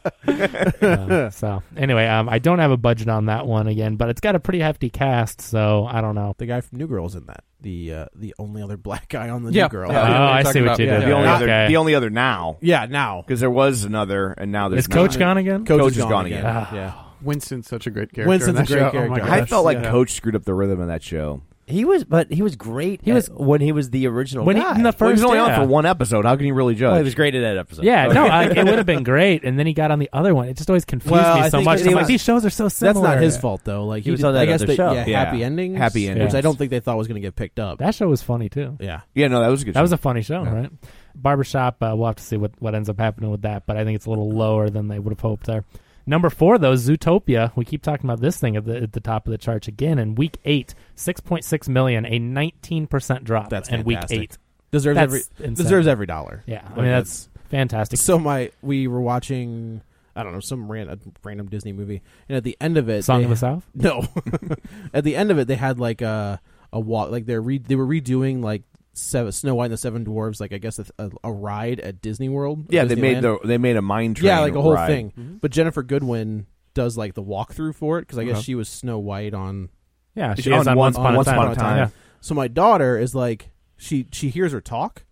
Speaker 7: Um, so anyway, um, I don't have a budget on that one again, but it's got a pretty hefty cast, so I don't know.
Speaker 8: The guy from New Girl's in that. The uh, the only other black guy on the
Speaker 9: Yeah.
Speaker 8: New Girl.
Speaker 9: Yeah.
Speaker 7: oh,
Speaker 9: what
Speaker 7: I
Speaker 9: you're
Speaker 7: see
Speaker 9: talking
Speaker 7: what you
Speaker 8: about.
Speaker 7: did.
Speaker 8: Yeah,
Speaker 5: The only
Speaker 7: there.
Speaker 5: other,
Speaker 7: okay.
Speaker 5: the only other now,
Speaker 8: Yeah, now
Speaker 5: because there was another, and now there's
Speaker 7: is Coach
Speaker 5: not.
Speaker 7: gone again?
Speaker 8: Coach,
Speaker 5: Coach
Speaker 8: is
Speaker 5: is
Speaker 8: gone,
Speaker 5: gone
Speaker 8: again. Ah.
Speaker 7: again.
Speaker 8: Yeah,
Speaker 9: Winston's such a great character.
Speaker 8: Winston's
Speaker 9: in
Speaker 8: a
Speaker 9: that
Speaker 8: great
Speaker 9: show. Oh my
Speaker 8: character.
Speaker 9: gosh.
Speaker 5: I felt like
Speaker 9: Yeah.
Speaker 5: Coach screwed up the rhythm of that show.
Speaker 6: (laughs) He was, but he was great. He was when he was the original.
Speaker 7: When he-
Speaker 6: guy.
Speaker 7: in the
Speaker 5: Well, he was
Speaker 7: First,
Speaker 5: only on
Speaker 7: yeah.
Speaker 5: for one episode. How can you really judge?
Speaker 6: Well, he was great in that episode.
Speaker 7: Yeah, no, I, it would have
Speaker 8: (laughs)
Speaker 7: been great, and then he got on the other one. It just always confused
Speaker 8: Well, I
Speaker 7: me so
Speaker 8: think
Speaker 7: much.
Speaker 8: he
Speaker 7: I'm like,
Speaker 8: was-
Speaker 7: these shows are so
Speaker 8: that's
Speaker 7: similar.
Speaker 8: not his fault though. Like
Speaker 6: He was
Speaker 8: did-
Speaker 6: on that
Speaker 8: I guess
Speaker 6: other
Speaker 8: they-
Speaker 6: show.
Speaker 8: Yeah,
Speaker 5: Yeah.
Speaker 8: happy endings.
Speaker 5: Happy
Speaker 8: which I
Speaker 5: Endings.
Speaker 8: don't think they thought was going to get picked up.
Speaker 7: That show was funny too.
Speaker 8: yeah,
Speaker 5: yeah, no, that was a good.
Speaker 7: That was
Speaker 5: show.
Speaker 7: a funny show, right? Barbershop. Uh, we'll have to see what what ends up happening with that, but I think it's a little lower than they would have hoped there. Number four, though, Zootopia. We keep talking about this thing at the, at the top of the charts again. In week eight, six point six million, a nineteen percent drop.
Speaker 8: That's
Speaker 7: in
Speaker 8: fantastic.
Speaker 7: week eight.
Speaker 8: deserves
Speaker 7: That's
Speaker 8: every
Speaker 7: insane.
Speaker 8: deserves every dollar.
Speaker 7: Yeah, I
Speaker 8: Like,
Speaker 7: mean that's, fantastic.
Speaker 8: So my we were watching I don't know some random random Disney movie, and at the end of it,
Speaker 7: Song
Speaker 8: they-
Speaker 7: of the South.
Speaker 8: (laughs) No, (laughs) at the end of it, they had like a a walk, like they're re- they were redoing like seven, Snow White and the Seven Dwarves, like I guess a, a, a ride at Disney World. or
Speaker 5: yeah, they made
Speaker 8: Disneyland.
Speaker 5: the they made a mind train.
Speaker 8: yeah, like a whole
Speaker 5: ride.
Speaker 8: thing.
Speaker 7: Mm-hmm.
Speaker 8: But Jennifer Goodwin does like the walkthrough for it because I guess
Speaker 5: Okay.
Speaker 8: she was Snow White on
Speaker 7: Yeah,
Speaker 5: It's
Speaker 7: she
Speaker 5: on
Speaker 7: is
Speaker 5: one-
Speaker 7: on Once
Speaker 5: on
Speaker 7: Upon a
Speaker 5: Once
Speaker 7: Time.
Speaker 5: Upon a Time.
Speaker 7: Yeah.
Speaker 8: So my daughter is like, she she hears her talk,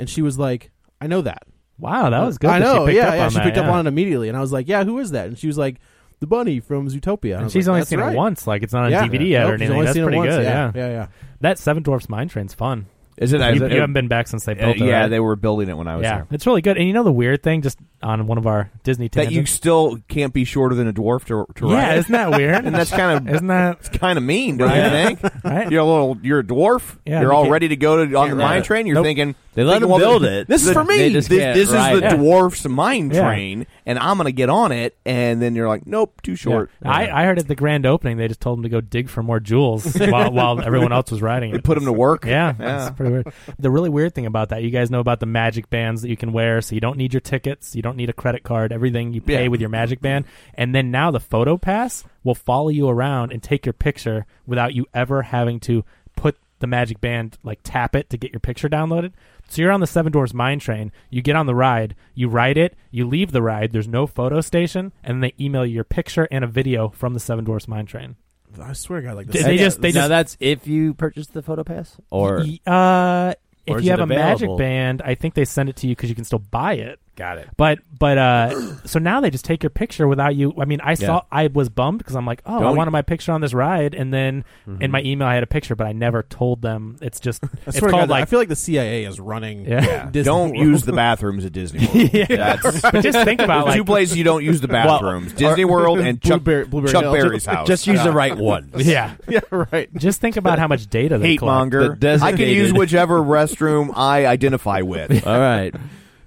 Speaker 8: and she was like, I know that.
Speaker 7: Wow, that was good.
Speaker 8: I
Speaker 7: that
Speaker 8: know.
Speaker 7: She picked
Speaker 8: yeah,
Speaker 7: up
Speaker 8: yeah.
Speaker 7: on
Speaker 8: she
Speaker 7: that,
Speaker 8: picked
Speaker 7: yeah.
Speaker 8: up on it immediately, and I was like, Yeah, who is that? And she was like, The bunny from Zootopia.
Speaker 7: And she's only seen it once. Like it's not on DVD yet or anything. That's pretty good. Yeah.
Speaker 8: Yeah, yeah, yeah.
Speaker 7: that Seven Dwarfs Mine Train's fun.
Speaker 5: Is it?
Speaker 7: You,
Speaker 5: is
Speaker 7: you
Speaker 5: it-
Speaker 7: haven't been back since they
Speaker 5: uh,
Speaker 7: built it.
Speaker 5: yeah,
Speaker 7: right?
Speaker 5: they were building it when I was
Speaker 7: yeah,
Speaker 5: there.
Speaker 7: it's really good. And you know the weird thing, just on one of our Disney
Speaker 5: That you
Speaker 7: tangents.
Speaker 5: still can't be shorter than a dwarf to, to
Speaker 7: yeah,
Speaker 5: ride.
Speaker 7: isn't that
Speaker 5: (laughs)
Speaker 7: weird?
Speaker 5: and that's kind of
Speaker 7: (laughs) isn't that
Speaker 5: (laughs) it's kind of mean, don't you think?
Speaker 7: (laughs)
Speaker 5: (laughs)
Speaker 7: right?
Speaker 5: You're a little, you're a dwarf.
Speaker 7: Yeah,
Speaker 5: you're
Speaker 7: you
Speaker 5: all
Speaker 7: can't-
Speaker 5: ready to go to, on the
Speaker 6: ride
Speaker 5: mine
Speaker 6: it.
Speaker 5: train. You're
Speaker 7: Nope.
Speaker 5: thinking
Speaker 6: They let
Speaker 5: thinking,
Speaker 6: them
Speaker 5: well,
Speaker 6: build it.
Speaker 5: This is
Speaker 6: They-
Speaker 5: for me.
Speaker 6: they
Speaker 5: This,
Speaker 6: just can't
Speaker 5: this is the
Speaker 6: ride it.
Speaker 5: dwarf's mine
Speaker 7: Yeah.
Speaker 5: train, and I'm gonna get on it. And then you're like, nope, too short.
Speaker 7: Yeah. I, I heard at the grand opening they just told him to go dig for
Speaker 5: (laughs)
Speaker 7: more jewels while, while everyone else was riding it.
Speaker 5: Put him to work.
Speaker 7: Yeah,
Speaker 5: (laughs) Yeah.
Speaker 7: that's pretty weird. The really weird thing about that, you guys know about the magic bands that you can wear, so you don't need your tickets, you don't need a credit card, everything you pay
Speaker 5: Yeah.
Speaker 7: with your magic band, and then now the photo pass will follow you around and take your picture without you ever having to put the magic band like tap it to get your picture downloaded. So you're on the Seven Doors Mine Train. You get on the ride, you ride it, you leave the ride. There's no photo station, and they email you your picture and a video from the Seven Doors Mine Train.
Speaker 8: I swear, to God, like
Speaker 7: They-
Speaker 8: this.
Speaker 7: they just-
Speaker 6: now that's if you purchased the photo pass, or
Speaker 7: Y- uh,
Speaker 6: or
Speaker 7: if
Speaker 6: is
Speaker 7: you
Speaker 6: it
Speaker 7: have a magic
Speaker 6: available?
Speaker 7: band, I think they send it to you because you can still buy it.
Speaker 6: got it.
Speaker 7: But but uh, so now they just take your picture without you. I mean, I saw I was bummed because I'm like, oh, I
Speaker 5: Don't-
Speaker 7: wanted my picture on this ride, and then
Speaker 6: Mm-hmm.
Speaker 7: in my email I had a picture, but I never told them. It's just
Speaker 8: (laughs) I
Speaker 7: it's
Speaker 8: swear to
Speaker 7: called
Speaker 8: God, I
Speaker 7: like.
Speaker 8: feel like the CIA is running.
Speaker 7: Yeah.
Speaker 8: Disney
Speaker 5: Don't
Speaker 8: World. (laughs)
Speaker 5: use the bathrooms at Disney World.
Speaker 7: (laughs) yeah.
Speaker 5: That's
Speaker 7: but just think
Speaker 6: (laughs)
Speaker 7: about like
Speaker 5: two places you don't use the bathrooms: Disney World and Chuck,
Speaker 8: Blueberry- Blueberry
Speaker 5: Chuck
Speaker 8: Hill.
Speaker 5: Berry's house.
Speaker 6: Just use
Speaker 5: (laughs)
Speaker 6: the right one.
Speaker 7: yeah.
Speaker 8: yeah, right.
Speaker 7: Just think about how much data they
Speaker 5: hate
Speaker 7: collect.
Speaker 5: monger.
Speaker 6: The
Speaker 5: I can use
Speaker 6: designated-
Speaker 5: whichever restroom I identify with.
Speaker 6: All right.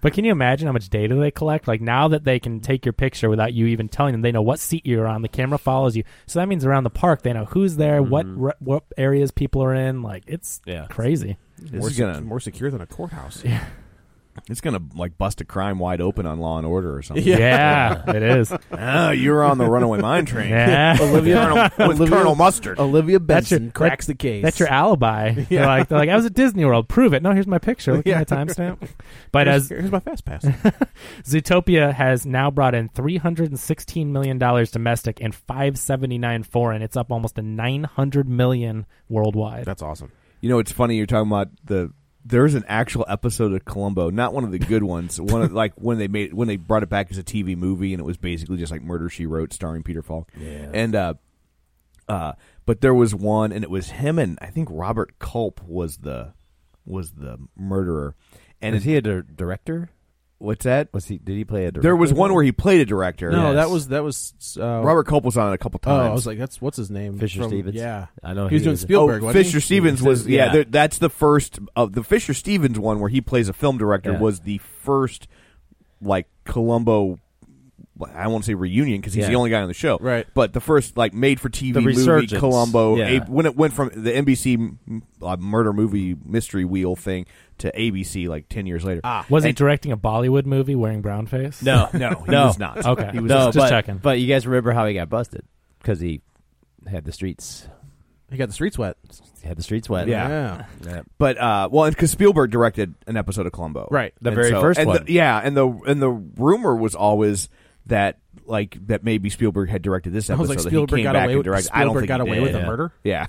Speaker 7: But can you imagine how much data they collect? Like now that they can take your picture without you even telling them, they know what seat you're on. The camera follows you, so that means around the park they know who's there, what re- what areas people are in. Like it's
Speaker 6: Yeah.
Speaker 7: crazy.
Speaker 5: This is gonna
Speaker 8: more secure than a courthouse.
Speaker 5: It's gonna like bust a crime wide open on Law and Order or something.
Speaker 7: Yeah, it is.
Speaker 5: Oh, you were on the runaway mine train.
Speaker 7: Yeah.
Speaker 5: (laughs) Olivia Colonel, with
Speaker 8: Olivia-
Speaker 5: Colonel Mustard.
Speaker 8: (laughs) Olivia Benson
Speaker 7: your-
Speaker 8: cracks the case.
Speaker 7: That's your alibi. They're like, they're like, I was at Disney World. Prove it. No, here's my picture. Look at my timestamp. But
Speaker 8: Here's,
Speaker 7: as
Speaker 8: (laughs) here's my fast pass.
Speaker 7: Zootopia has now brought in three hundred and sixteen million dollars domestic and five seventy nine foreign. It's up almost to nine hundred million worldwide.
Speaker 8: That's awesome.
Speaker 5: You know, it's funny you're talking about the. There's an actual episode of Columbo, not one of the good ones. One of like when they made when they brought it back as a TV movie, and it was basically just like Murder She Wrote, starring Peter Falk. Yeah. And uh, uh, but there was one, and it was him and I think Robert Culp was the was the murderer. And
Speaker 6: Is he a dir- director?
Speaker 5: what's that?
Speaker 6: Was he? Did he play a director?
Speaker 5: There was one where he played a director.
Speaker 8: No,
Speaker 6: Yes.
Speaker 8: that was that was uh,
Speaker 5: Robert Culp was on it a couple
Speaker 8: Oh,
Speaker 5: times.
Speaker 8: I was like, that's what's his name?
Speaker 6: Fisher
Speaker 8: From-
Speaker 6: Stevens.
Speaker 8: Yeah,
Speaker 6: I know
Speaker 8: he was
Speaker 6: he
Speaker 8: doing
Speaker 6: is.
Speaker 8: Spielberg.
Speaker 5: oh,
Speaker 8: wasn't he?
Speaker 5: Fisher Stevens was yeah.
Speaker 6: Yeah.
Speaker 5: there- That's the first of the Fisher Stevens one where he plays a film director
Speaker 6: Yeah.
Speaker 5: was the first like Columbo. I won't say reunion because he's
Speaker 6: Yeah.
Speaker 5: the only guy on the show,
Speaker 8: Right.
Speaker 5: But the first like made for TV
Speaker 6: The
Speaker 5: movie
Speaker 6: resurgence.
Speaker 5: Columbo
Speaker 6: Yeah.
Speaker 5: a- when it went from the NBC m- uh, murder movie mystery wheel thing to ABC like ten years later. Ah,
Speaker 7: Was he directing a Bollywood movie wearing brown face?
Speaker 6: No,
Speaker 5: no, (laughs) he
Speaker 6: no,
Speaker 5: was not.
Speaker 7: Okay.
Speaker 5: he was
Speaker 6: no,
Speaker 7: just- just
Speaker 6: but,
Speaker 7: checking.
Speaker 6: But you guys remember how he got busted because he had the streets.
Speaker 8: He got the streets wet.
Speaker 6: Had the streets wet.
Speaker 8: Yeah.
Speaker 6: Yeah.
Speaker 5: But uh, well, because Spielberg directed an episode of Columbo,
Speaker 8: Right.
Speaker 6: The
Speaker 5: And
Speaker 6: very first
Speaker 5: and the-
Speaker 6: one.
Speaker 5: yeah, and the and the rumor was always that like that maybe Spielberg had directed this
Speaker 8: I
Speaker 5: episode.
Speaker 8: was like,
Speaker 5: that he
Speaker 8: Spielberg
Speaker 5: came
Speaker 8: got
Speaker 5: back
Speaker 8: away
Speaker 5: and
Speaker 8: with
Speaker 5: directed. I don't
Speaker 8: Spielberg
Speaker 5: think
Speaker 8: got
Speaker 5: he
Speaker 8: away
Speaker 5: did.
Speaker 8: with
Speaker 6: yeah.
Speaker 8: a murder.
Speaker 5: Yeah.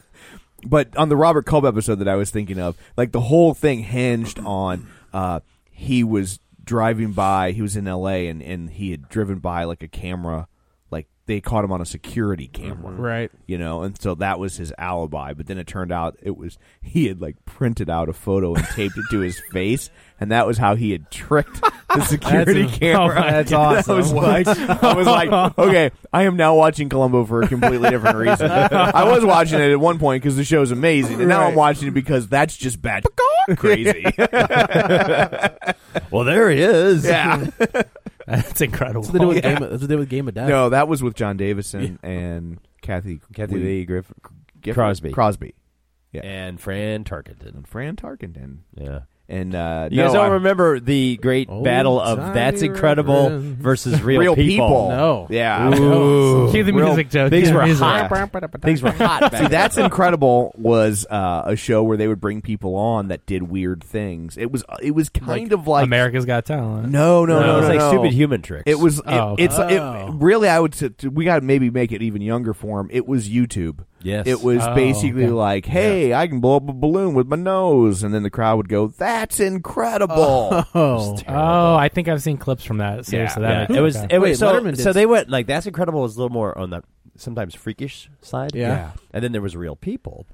Speaker 5: But on the Robert Culp episode that I was thinking of, like the whole thing hinged on uh, he was driving by, he was in LA and, and he had driven by like a camera, like they caught him on a security camera.
Speaker 8: Right.
Speaker 5: You know, and so that was his alibi. But then it turned out it was he had like printed out a photo and taped it to
Speaker 6: (laughs)
Speaker 5: his face, and that that was how he had tricked the security
Speaker 6: oh
Speaker 5: camera. that's awesome. I was, like, I was like, okay, I am now watching Columbo for a completely different reason. I was watching it at one point because the show's amazing, and now I'm watching it because that's just
Speaker 6: (laughs)
Speaker 5: bad, crazy.
Speaker 6: Well, there he is.
Speaker 5: yeah.
Speaker 7: That's incredible.
Speaker 8: That's what they do (laughs) with Game of, that's what they do with Game of Death.
Speaker 5: No, that was with John Davison and Kathy
Speaker 6: Kathy
Speaker 5: Wee-
Speaker 6: Lee Griffith
Speaker 5: Gifford?
Speaker 6: Crosby.
Speaker 5: Crosby
Speaker 6: and Fran Tarkenton.
Speaker 5: and Fran Tarkenton.
Speaker 6: Yeah.
Speaker 5: And uh,
Speaker 6: You
Speaker 5: no,
Speaker 6: guys don't
Speaker 5: I- Oh,
Speaker 6: remember the great
Speaker 8: Old
Speaker 6: battle of
Speaker 8: timey
Speaker 6: That's Incredible
Speaker 8: reference.
Speaker 5: (laughs)
Speaker 6: versus Real,
Speaker 5: Real People.
Speaker 8: No.
Speaker 5: Yeah.
Speaker 7: Cue the
Speaker 5: Real-
Speaker 7: music, Joe.
Speaker 6: Things
Speaker 7: Cue the
Speaker 6: were
Speaker 7: music.
Speaker 6: hot. Things
Speaker 5: (laughs)
Speaker 6: were hot.
Speaker 5: See,
Speaker 6: Back then.
Speaker 5: that's incredible. Was uh, a show where they would bring people on that did weird things. It was uh, it was kind of like
Speaker 7: America's Got Talent.
Speaker 5: No, no, no,
Speaker 6: it was
Speaker 5: no,
Speaker 6: like
Speaker 5: no.
Speaker 6: stupid human tricks.
Speaker 5: It was. It,
Speaker 7: Oh, okay.
Speaker 5: It's. It, really, I would. say- We got to maybe make it even younger for him. It was YouTube.
Speaker 6: Yes.
Speaker 5: It was
Speaker 7: Oh,
Speaker 5: basically
Speaker 7: okay.
Speaker 5: like, hey, I can blow up a balloon with my nose, and then the crowd would go, "That's
Speaker 6: (laughs)
Speaker 5: incredible."
Speaker 8: Oh.
Speaker 7: Oh, I think I've seen clips from that. Seriously,
Speaker 6: Yeah,
Speaker 7: that
Speaker 6: it was.
Speaker 7: okay.
Speaker 6: It was
Speaker 8: Wait,
Speaker 6: so,
Speaker 8: Letterman did-
Speaker 6: so they went like That's Incredible was a little more on the sometimes freakish side.
Speaker 8: Yeah. Yeah.
Speaker 6: and then there was Real People,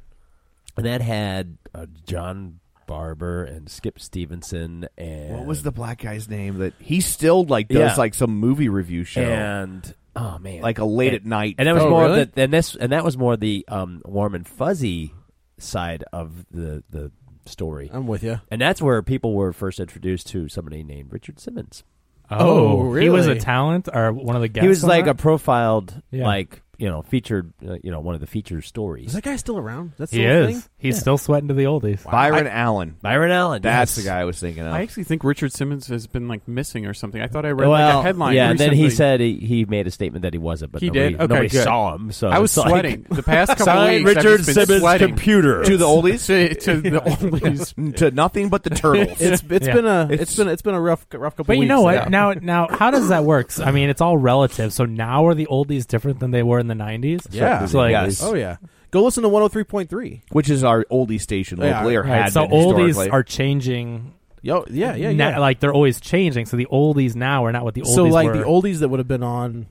Speaker 6: and that had uh, John Barber and Skip Stevenson and
Speaker 5: what was the black guy's name that he still like does
Speaker 6: Yeah.
Speaker 5: like some movie review show,
Speaker 6: and oh man,
Speaker 5: like a late
Speaker 6: and,
Speaker 5: at night,
Speaker 6: and that was
Speaker 8: Oh,
Speaker 6: more
Speaker 8: really?
Speaker 6: the, and this and that was more the um, warm and fuzzy side of the the
Speaker 5: Uh-huh.
Speaker 6: story.
Speaker 8: I'm with you.
Speaker 6: and that's where people were first introduced to somebody named Richard Simmons.
Speaker 8: Oh,
Speaker 7: he was a
Speaker 8: really?
Speaker 7: talent or one of the guests.
Speaker 6: he was
Speaker 7: on
Speaker 6: like
Speaker 7: that?
Speaker 6: a profiled,
Speaker 7: Yeah.
Speaker 6: like you know, featured, uh, you know, one of the feature stories.
Speaker 8: Is that guy still around? That's
Speaker 7: He is. He's still sweating to the oldies.
Speaker 5: Byron Allen.
Speaker 6: Byron Allen.
Speaker 5: That's
Speaker 6: yes.
Speaker 5: the guy I was thinking of.
Speaker 9: I actually think Richard Simmons has been like missing or something. I thought I read
Speaker 6: well,
Speaker 9: like a headline.
Speaker 6: Yeah, and then he
Speaker 9: recently.
Speaker 6: said he, he made a statement that he wasn't, but
Speaker 9: He
Speaker 6: nobody,
Speaker 9: did? Okay,
Speaker 6: nobody
Speaker 9: good.
Speaker 6: saw him. So
Speaker 9: I was
Speaker 6: it's like-
Speaker 9: sweating the past couple
Speaker 6: Sign
Speaker 9: weeks. I've
Speaker 6: Richard
Speaker 9: just been
Speaker 6: Simmons
Speaker 9: sweating.
Speaker 6: computer.
Speaker 5: to the oldies,
Speaker 9: to, (laughs) to the
Speaker 5: (laughs)
Speaker 9: oldies.
Speaker 5: to nothing but the turtles.
Speaker 8: It's it's
Speaker 7: Yeah.
Speaker 8: been a it's been it's been a rough rough couple.
Speaker 7: But you
Speaker 8: weeks
Speaker 7: know what?
Speaker 8: Yeah.
Speaker 7: Now, now, how does that work? I mean, it's all relative. So now are the oldies different than they were in the '90s?
Speaker 5: Yeah.
Speaker 7: So like,
Speaker 5: Yes.
Speaker 8: Oh yeah. Go listen to 103.3.
Speaker 5: which is our oldie station
Speaker 8: Yeah,
Speaker 5: locally, or
Speaker 7: right,
Speaker 5: had
Speaker 7: so
Speaker 5: been historically.
Speaker 7: oldies are (laughs) changing.
Speaker 8: Yo, yeah, yeah, yeah.
Speaker 7: na- like they're always changing. So the oldies now are not what the oldies
Speaker 8: so like
Speaker 7: were.
Speaker 8: the oldies that would have been on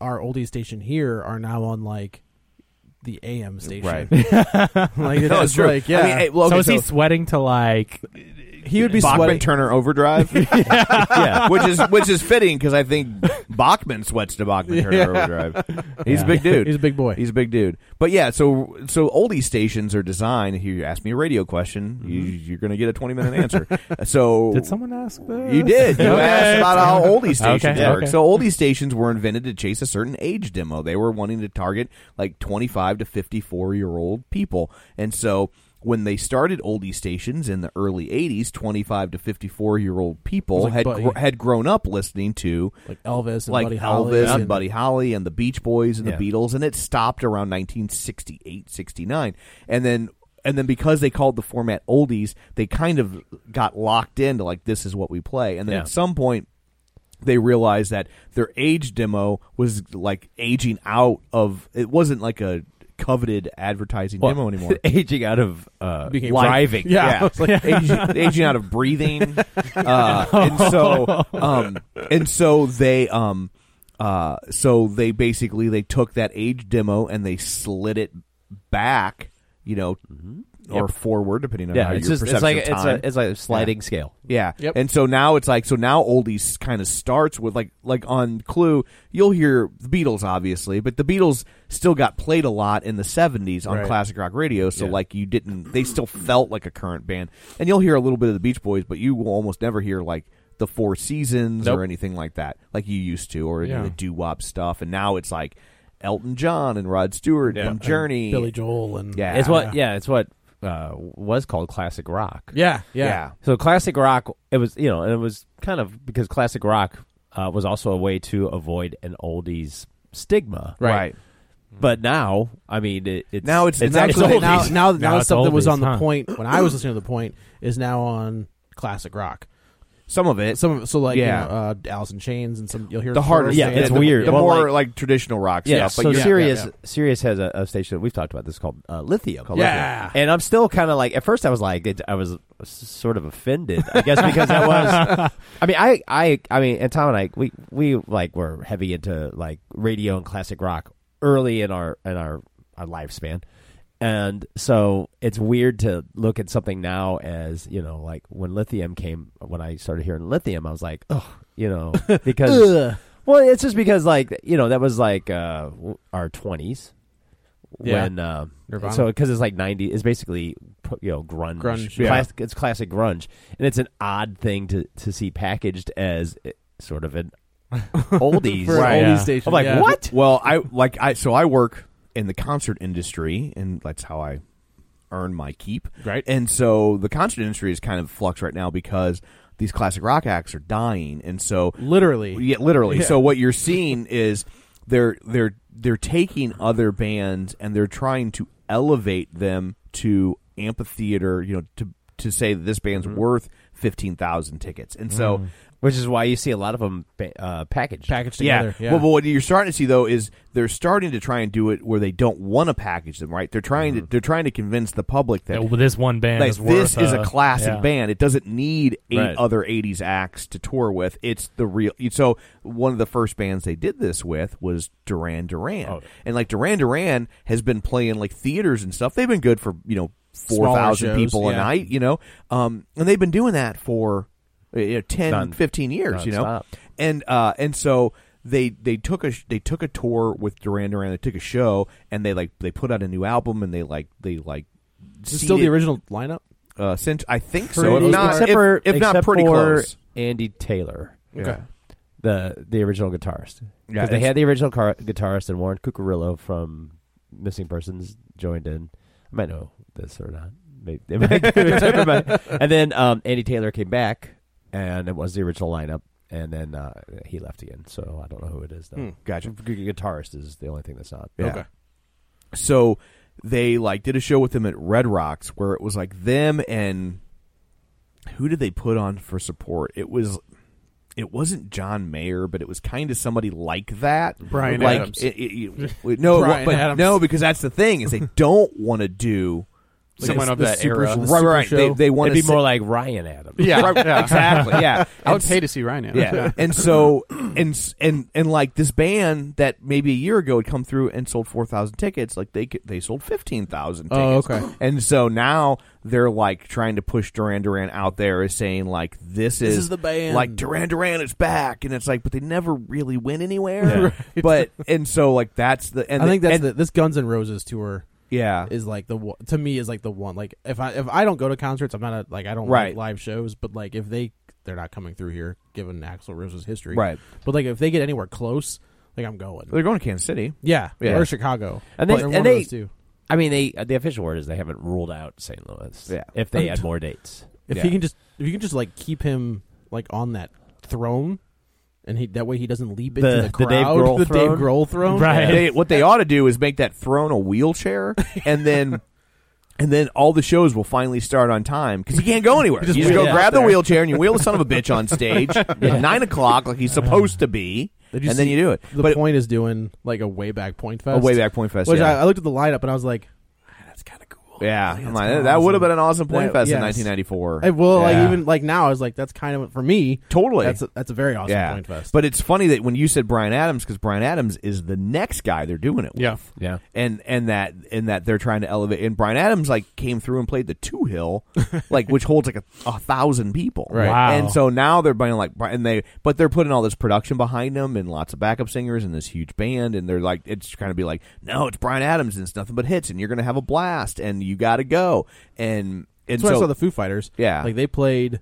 Speaker 8: our oldie station here are now on like the AM station.
Speaker 5: Right.
Speaker 8: (laughs) like
Speaker 5: No, it's true.
Speaker 8: Like, yeah.
Speaker 5: I mean, hey, well,
Speaker 7: so
Speaker 5: okay,
Speaker 7: is he sweating to like?
Speaker 8: he would be
Speaker 5: Bachman
Speaker 8: sweating.
Speaker 5: Turner
Speaker 8: (laughs)
Speaker 5: Overdrive, which is which is fitting because I think Bachman sweats to Bachman Turner
Speaker 8: (laughs)
Speaker 5: Overdrive. He's a big dude.
Speaker 8: He's a big boy.
Speaker 5: He's a big dude. But yeah, so so oldie stations are designed. Here, you ask me a radio question, you,
Speaker 8: Mm-hmm.
Speaker 5: you're going to get a 20 minute answer. (laughs) so
Speaker 7: Did someone ask that?
Speaker 5: You did. You asked about how oldie
Speaker 8: (laughs)
Speaker 5: stations
Speaker 7: Okay,
Speaker 5: work.
Speaker 7: okay.
Speaker 5: So oldie stations were invented to chase a certain age demo. They were wanting to target like 25 to 54 year old people. And so when they started oldie stations in the early 80s, 25 to 54 year old people
Speaker 8: Like
Speaker 5: had
Speaker 8: Buddy.
Speaker 5: gr- had grown up listening to
Speaker 8: like Elvis and
Speaker 5: like
Speaker 8: Buddy Holly
Speaker 5: Elvis and Buddy Holly and the Beach Boys and
Speaker 6: Yeah.
Speaker 5: the Beatles, and it stopped around 1968, 69, and then and then because they called the format oldies, they kind of got locked into like this is what we play, and then
Speaker 6: Yeah.
Speaker 5: at some point. They realized that their age demo was like aging out of it wasn't like a coveted advertising
Speaker 6: Well,
Speaker 5: demo
Speaker 6: (laughs)
Speaker 5: anymore.
Speaker 6: aging out of uh,
Speaker 8: Became
Speaker 6: driving.
Speaker 9: (laughs)
Speaker 8: drunk. Yeah. I was like-
Speaker 5: aging, aging out of breathing, uh, and so um, and so they um, uh, so they basically they took that age demo and they slid it back, you know, or forward depending on
Speaker 6: Mm-hmm. Yeah,
Speaker 5: how
Speaker 6: it's
Speaker 5: your
Speaker 6: just it's
Speaker 5: perception
Speaker 6: like
Speaker 5: of
Speaker 6: it's
Speaker 5: time.
Speaker 6: a it's like a sliding scale.
Speaker 5: Yeah.
Speaker 8: Yep.
Speaker 5: And so now it's like so now oldies kind of starts with like like on Clue you'll hear the Beatles obviously, but the Beatles still got played a lot in the 70s on
Speaker 8: Right.
Speaker 5: classic rock radio, so like you didn't they still felt like a current band. And you'll hear a little bit of the Beach Boys, but you will almost never hear like the Four Seasons or anything like that like you used to or any of the doo-wop stuff and now it's like Elton John and Rod Stewart from Journey.
Speaker 8: Billy Joel and
Speaker 5: Yeah.
Speaker 6: It's what yeah, it's what uh, was called classic rock.
Speaker 8: Yeah, yeah.
Speaker 5: yeah.
Speaker 6: So classic rock, it was you know, and it was kind of because classic rock uh, was also a way to avoid an oldies stigma,
Speaker 5: Right.
Speaker 6: But now, I mean, it, it's
Speaker 5: Now it's-
Speaker 6: it's
Speaker 5: now it's
Speaker 6: actually
Speaker 5: oldies.
Speaker 8: now, now, now,
Speaker 7: Now it's
Speaker 8: stuff that was
Speaker 7: oldies,
Speaker 8: on the
Speaker 7: huh?
Speaker 8: point when I was listening to the point is now on classic rock.
Speaker 5: Some of it,
Speaker 8: Some of it- so like
Speaker 5: Yeah.
Speaker 8: you know, uh, Alice in Chains and some you'll hear
Speaker 5: the harder,
Speaker 8: Yeah,
Speaker 6: Yeah,
Speaker 5: stuff,
Speaker 6: it's
Speaker 5: the,
Speaker 6: weird.
Speaker 5: The
Speaker 6: Well,
Speaker 5: more
Speaker 6: like-
Speaker 5: like, traditional rock
Speaker 6: Yeah,
Speaker 5: stuff.
Speaker 6: so
Speaker 5: But yeah,
Speaker 6: Sirius
Speaker 5: yeah,
Speaker 6: Sirius has a, a station that we've talked about this called uh, Lithium.
Speaker 8: Yeah.
Speaker 6: Lithium. and I'm still kind of like at first I was like it, I was s- sort of offended, I guess because
Speaker 5: (laughs)
Speaker 6: that was. I mean, I I I mean, and Tom and I we we like were heavy into like radio and classic rock early in our in our our lifespan. And so it's weird to look at something now as you know, like when lithium came. When I started hearing lithium, I was like, oh, you
Speaker 8: (laughs)
Speaker 6: know, because
Speaker 8: Ugh.
Speaker 6: well, it's just because like you know that was like uh, w- our twenties
Speaker 8: Yeah.
Speaker 6: when uh,
Speaker 8: Nirvana.
Speaker 6: so because it's like ninety, it's basically pu- you know grunge,
Speaker 8: Grunge,
Speaker 5: yeah.
Speaker 6: Class- it's classic grunge, and it's an odd thing to to see packaged as eh, sort of
Speaker 8: (laughs)
Speaker 6: an oldies.
Speaker 8: for
Speaker 7: Right,
Speaker 8: an oldie
Speaker 7: yeah.
Speaker 8: station.
Speaker 6: I'm like,
Speaker 8: yeah.
Speaker 6: what?
Speaker 5: Well, I like I so I work in the concert industry, and that's how I earn my keep.
Speaker 8: Right.
Speaker 5: And so the concert industry is kind of flux right now because these classic rock acts are dying, and so
Speaker 8: Literally,
Speaker 5: yeah, literally.
Speaker 8: Yeah.
Speaker 5: So what you're seeing is they're they're they're taking other bands and they're trying to elevate them to amphitheater. You know, to to say that this band's
Speaker 8: Mm-hmm.
Speaker 5: worth fifteen thousand tickets, and so.
Speaker 8: Mm.
Speaker 6: Which is why you see a lot of them ba- uh, packaged.
Speaker 8: packaged together. Yeah.
Speaker 5: Well, but what you're starting to see though is they're starting to try and do it where they don't want to package them, right? They're trying to they're trying to convince the public that
Speaker 7: Yeah, well, this one band
Speaker 5: like,
Speaker 7: is worth
Speaker 5: this is a classic
Speaker 7: yeah.
Speaker 5: band. It doesn't need eight
Speaker 6: Right.
Speaker 5: other '80s acts to tour with. It's the real. So one of the first bands they did this with was Duran Duran, and like Duran Duran has been playing like theaters and stuff. They've been good for you know four thousand
Speaker 8: shows,
Speaker 5: people a
Speaker 8: yeah.
Speaker 5: night, you know, um, and they've been doing that for uh, you know, 10,
Speaker 6: Non-
Speaker 5: 15 years, you know,
Speaker 6: nonstop.
Speaker 5: and uh, and so. They, they took a sh- they took a tour with Duran Duran. They took a show and they like they put out a new album and they like they like
Speaker 8: Is it still the
Speaker 5: seeded-
Speaker 8: original lineup?
Speaker 5: uh, cent- I think so.
Speaker 6: Pretty-
Speaker 5: If not,
Speaker 6: except
Speaker 5: if,
Speaker 6: for,
Speaker 5: if not
Speaker 6: except
Speaker 5: pretty
Speaker 6: for
Speaker 5: close.
Speaker 6: Andy Taylor.
Speaker 5: Okay.
Speaker 6: the the original guitarist.
Speaker 5: Yeah,
Speaker 6: Because they
Speaker 5: it's-
Speaker 6: had the original car- guitarist and Warren Cucurullo from Missing Persons joined in. I might know this or not. Maybe, (laughs) they might- and then um, Andy Taylor came back, and it was the original lineup. And then uh, he left again, so I don't know who it is. Though.
Speaker 5: Hmm, gotcha.
Speaker 6: Gu- gu- Guitarist is the only thing that's not.
Speaker 5: Yeah. So they like did a show with them at Red Rocks where it was like them and who did they put on for support? It was it wasn't John Mayer, but it was kind of somebody like that.
Speaker 9: Brian
Speaker 5: like,
Speaker 9: Adams.
Speaker 5: it- it- it- no,
Speaker 8: Brian
Speaker 5: but
Speaker 8: Adams.
Speaker 5: no, because that's the thing is they don't want to do
Speaker 9: Someone
Speaker 5: the-
Speaker 9: of
Speaker 5: the
Speaker 9: that
Speaker 5: super-
Speaker 9: era.
Speaker 5: Right, right, right. They, they want
Speaker 6: It'd
Speaker 5: to (laughs)
Speaker 6: be more like Ryan Adams.
Speaker 9: Yeah, yeah.
Speaker 5: exactly. Yeah,
Speaker 9: I would
Speaker 5: And
Speaker 9: pay to see Ryan. Adams. (laughs)
Speaker 5: Yeah. (laughs) and so and s- and and like this band that maybe a year ago had come through and sold 4,000 tickets, like they c- they sold 15,000 tickets.
Speaker 8: Oh, okay.
Speaker 5: And so now they're like trying to push Duran Duran out there as saying like this is
Speaker 8: This is the band.
Speaker 5: Like Duran Duran is back and it's like but they never really went anywhere. (laughs) But and so like that's the and
Speaker 8: I think
Speaker 5: the,
Speaker 8: that's
Speaker 5: and-
Speaker 8: the, this Guns N' Roses tour
Speaker 5: yeah.
Speaker 8: is like the one- to me is like the one. Like if I if I don't go to concerts, I'm not a, like I don't
Speaker 5: Right.
Speaker 8: like live shows. But like if they they're not coming through here, given Axl Rose's history,
Speaker 5: Right.
Speaker 8: But like if they get anywhere close, like I'm going.
Speaker 5: They're going to Kansas City.
Speaker 8: Yeah,
Speaker 5: Yeah.
Speaker 8: or Chicago.
Speaker 6: And they-
Speaker 8: But they're
Speaker 6: and
Speaker 8: one
Speaker 6: they-
Speaker 8: of those two.
Speaker 6: I mean, they the official word is they haven't ruled out St. Louis.
Speaker 5: Yeah.
Speaker 6: If they add more dates,
Speaker 8: If
Speaker 5: Yeah.
Speaker 8: he can just if you can just like keep him like on that throne, and he that way he doesn't leap
Speaker 6: The-
Speaker 8: into
Speaker 6: the
Speaker 8: the crowd.
Speaker 6: Dave Grohl
Speaker 8: the
Speaker 6: throne?
Speaker 8: Dave Grohl throne,
Speaker 7: Right.
Speaker 5: They, what they ought to do is make that throne a wheelchair, and
Speaker 8: (laughs)
Speaker 5: then and then all the shows will finally start on time because he can't go anywhere. you just
Speaker 6: wheel
Speaker 5: go
Speaker 6: it out
Speaker 5: grab the wheelchair and you wheel the son of a bitch on
Speaker 8: (laughs)
Speaker 5: stage at nine o'clock like he's supposed to be,
Speaker 8: Did
Speaker 5: and then
Speaker 8: see
Speaker 5: you do it.
Speaker 8: The
Speaker 5: but
Speaker 8: point is doing like a way back point
Speaker 5: a
Speaker 8: fest.
Speaker 5: way back point fest,
Speaker 8: Which
Speaker 5: yeah,
Speaker 8: I, I looked at the lineup and I was like, "Ah, that's kind of cool.
Speaker 5: yeah. I'm
Speaker 8: that's
Speaker 5: like,
Speaker 8: kinda
Speaker 5: that would have been
Speaker 8: awesome.
Speaker 5: an awesome point
Speaker 8: That-
Speaker 5: fest in
Speaker 8: yes.
Speaker 5: 1994.
Speaker 8: I,
Speaker 5: Yeah.
Speaker 8: well, like even like now, I was like, that's kind of for me.
Speaker 5: Totally.
Speaker 8: that's a, that's a very awesome
Speaker 5: yeah,
Speaker 8: point fest.
Speaker 5: but it's funny that when you said Brian Adams, because Brian Adams is the next guy they're doing it with.
Speaker 9: yeah,
Speaker 6: yeah.
Speaker 5: and and that and that they're trying to elevate. And Brian Adams like came through and played the Two
Speaker 8: (laughs)
Speaker 5: Hill, like which holds like a, a thousand people.
Speaker 8: Right.
Speaker 7: Wow.
Speaker 5: And so now they're buying like and they but they're putting all this production behind them and lots of backup singers and this huge band and they're like it's kind of be like no it's Brian Adams and it's nothing but hits and you're gonna have a blast and you got to go and and
Speaker 8: that's when I
Speaker 5: so
Speaker 8: saw the Foo Fighters.
Speaker 5: Yeah.
Speaker 8: like they played.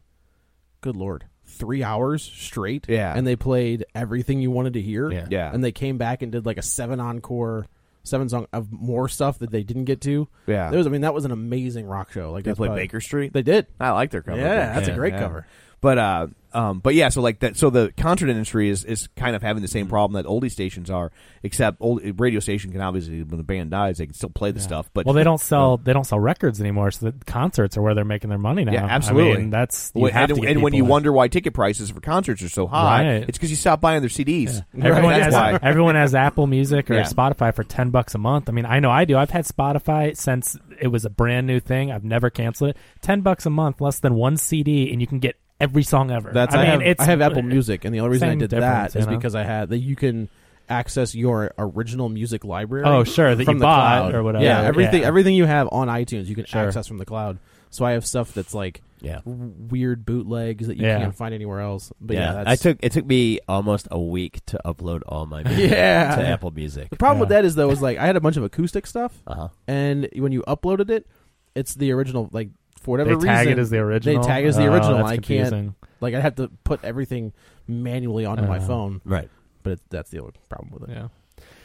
Speaker 8: Good lord, three hours straight.
Speaker 5: Yeah.
Speaker 8: and they played everything you wanted to hear.
Speaker 6: Yeah.
Speaker 5: Yeah.
Speaker 8: and they came back and did like a seven encore, seven song of more stuff that they didn't get to.
Speaker 5: Yeah.
Speaker 8: there was. I mean, that was an amazing rock show. Like
Speaker 5: they
Speaker 8: that's
Speaker 5: played
Speaker 8: probably-
Speaker 5: Baker Street.
Speaker 8: They did.
Speaker 5: I like their cover.
Speaker 8: Yeah, that's a great cover.
Speaker 5: But uh, Um, but yeah, so like that, so the concert industry is, is kind of having the
Speaker 7: Mm-hmm.
Speaker 5: same problem that oldie stations are, except old radio station can obviously when the band dies they can still play the stuff. But
Speaker 7: well, they don't sell they don't sell records anymore, so the concerts are where they're making their money now.
Speaker 5: Yeah, absolutely.
Speaker 7: I mean, that's you
Speaker 5: Well,
Speaker 7: have
Speaker 5: and,
Speaker 7: to get
Speaker 5: and when you
Speaker 7: people in.
Speaker 5: wonder why ticket prices for concerts are so high,
Speaker 7: Right.
Speaker 5: it's because you stop buying their CDs.
Speaker 7: Everyone
Speaker 5: That's
Speaker 7: has (laughs)
Speaker 5: why.
Speaker 7: everyone has Apple Music or
Speaker 5: Yeah.
Speaker 7: Spotify for ten bucks a month. I mean, I know I do. I've had Spotify since it was a brand new thing. I've never canceled it. Ten bucks a month, less than one CD, and you can get every song ever.
Speaker 8: That's I,
Speaker 7: I, mean,
Speaker 8: have,
Speaker 7: it's uh,
Speaker 8: I have
Speaker 7: (laughs)
Speaker 8: Apple Music, and the only reason I
Speaker 7: same
Speaker 8: did
Speaker 7: difference,
Speaker 8: that is
Speaker 7: you know?
Speaker 8: because I had that you can access your original music library.
Speaker 7: Oh, sure, that
Speaker 8: from
Speaker 7: you
Speaker 8: the
Speaker 7: bought
Speaker 8: cloud.
Speaker 7: or whatever.
Speaker 8: Yeah, everything
Speaker 7: Yeah.
Speaker 8: everything you have on iTunes, you can
Speaker 7: Sure.
Speaker 8: access from the cloud. So I have stuff that's like
Speaker 6: Yeah.
Speaker 8: weird bootlegs that you
Speaker 7: Yeah.
Speaker 8: can't find anywhere else. But yeah, that's,
Speaker 6: I took it took me almost a week to upload all my music
Speaker 8: (laughs) Yeah.
Speaker 6: to Apple Music.
Speaker 8: The problem with that is though is like I had a bunch of acoustic stuff,
Speaker 6: Uh-huh.
Speaker 8: and when you uploaded it, it's the original. Like for whatever
Speaker 7: they
Speaker 8: reason,
Speaker 7: tag it as the original.
Speaker 8: They tag it as the
Speaker 7: Oh,
Speaker 8: original.
Speaker 7: that's
Speaker 8: I can't.
Speaker 7: confusing.
Speaker 8: Like I have to put everything manually onto my
Speaker 7: Uh,
Speaker 8: phone,
Speaker 6: Right.
Speaker 8: but it, that's the only problem with it.
Speaker 7: Yeah.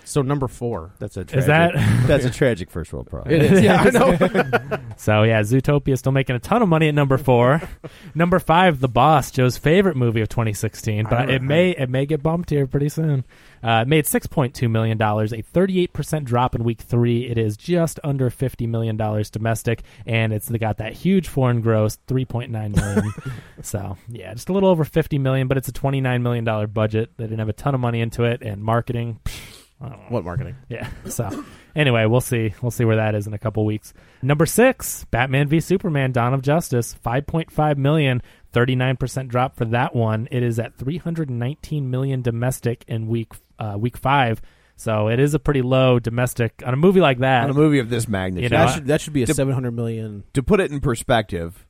Speaker 8: So number four.
Speaker 6: That's a tragic,
Speaker 7: Is that- (laughs)
Speaker 6: that's a tragic first world problem.
Speaker 8: It is. Yeah, I know.
Speaker 7: So yeah, Zootopia still making a ton of money at number four. number five, The Boss, Joe's favorite movie of 2016, but it may it may get bumped here pretty soon. Uh, it made 6.2 million dollars, a 38 percent drop in week three. It is just under 50 million dollars domestic, and it's got that huge foreign gross, 3.9 million. so yeah, just a little over 50 million, but it's a 29 million dollar budget. They didn't have a ton of money into it, and marketing. pfft, I don't know.
Speaker 8: what marketing?
Speaker 7: Yeah. So anyway, we'll see. We'll see where that is in a couple weeks. Number six, Batman v Superman: Dawn of Justice, five point five million. 39% drop for that one. It is at 319 million domestic in week uh, week 5. So it is a pretty low domestic on a movie like
Speaker 5: (laughs)
Speaker 7: that.
Speaker 5: On a movie of this magnitude,
Speaker 7: You know,
Speaker 8: that
Speaker 7: I-
Speaker 8: should that should be a
Speaker 5: Dep-
Speaker 8: seven hundred million.
Speaker 5: to put it in perspective,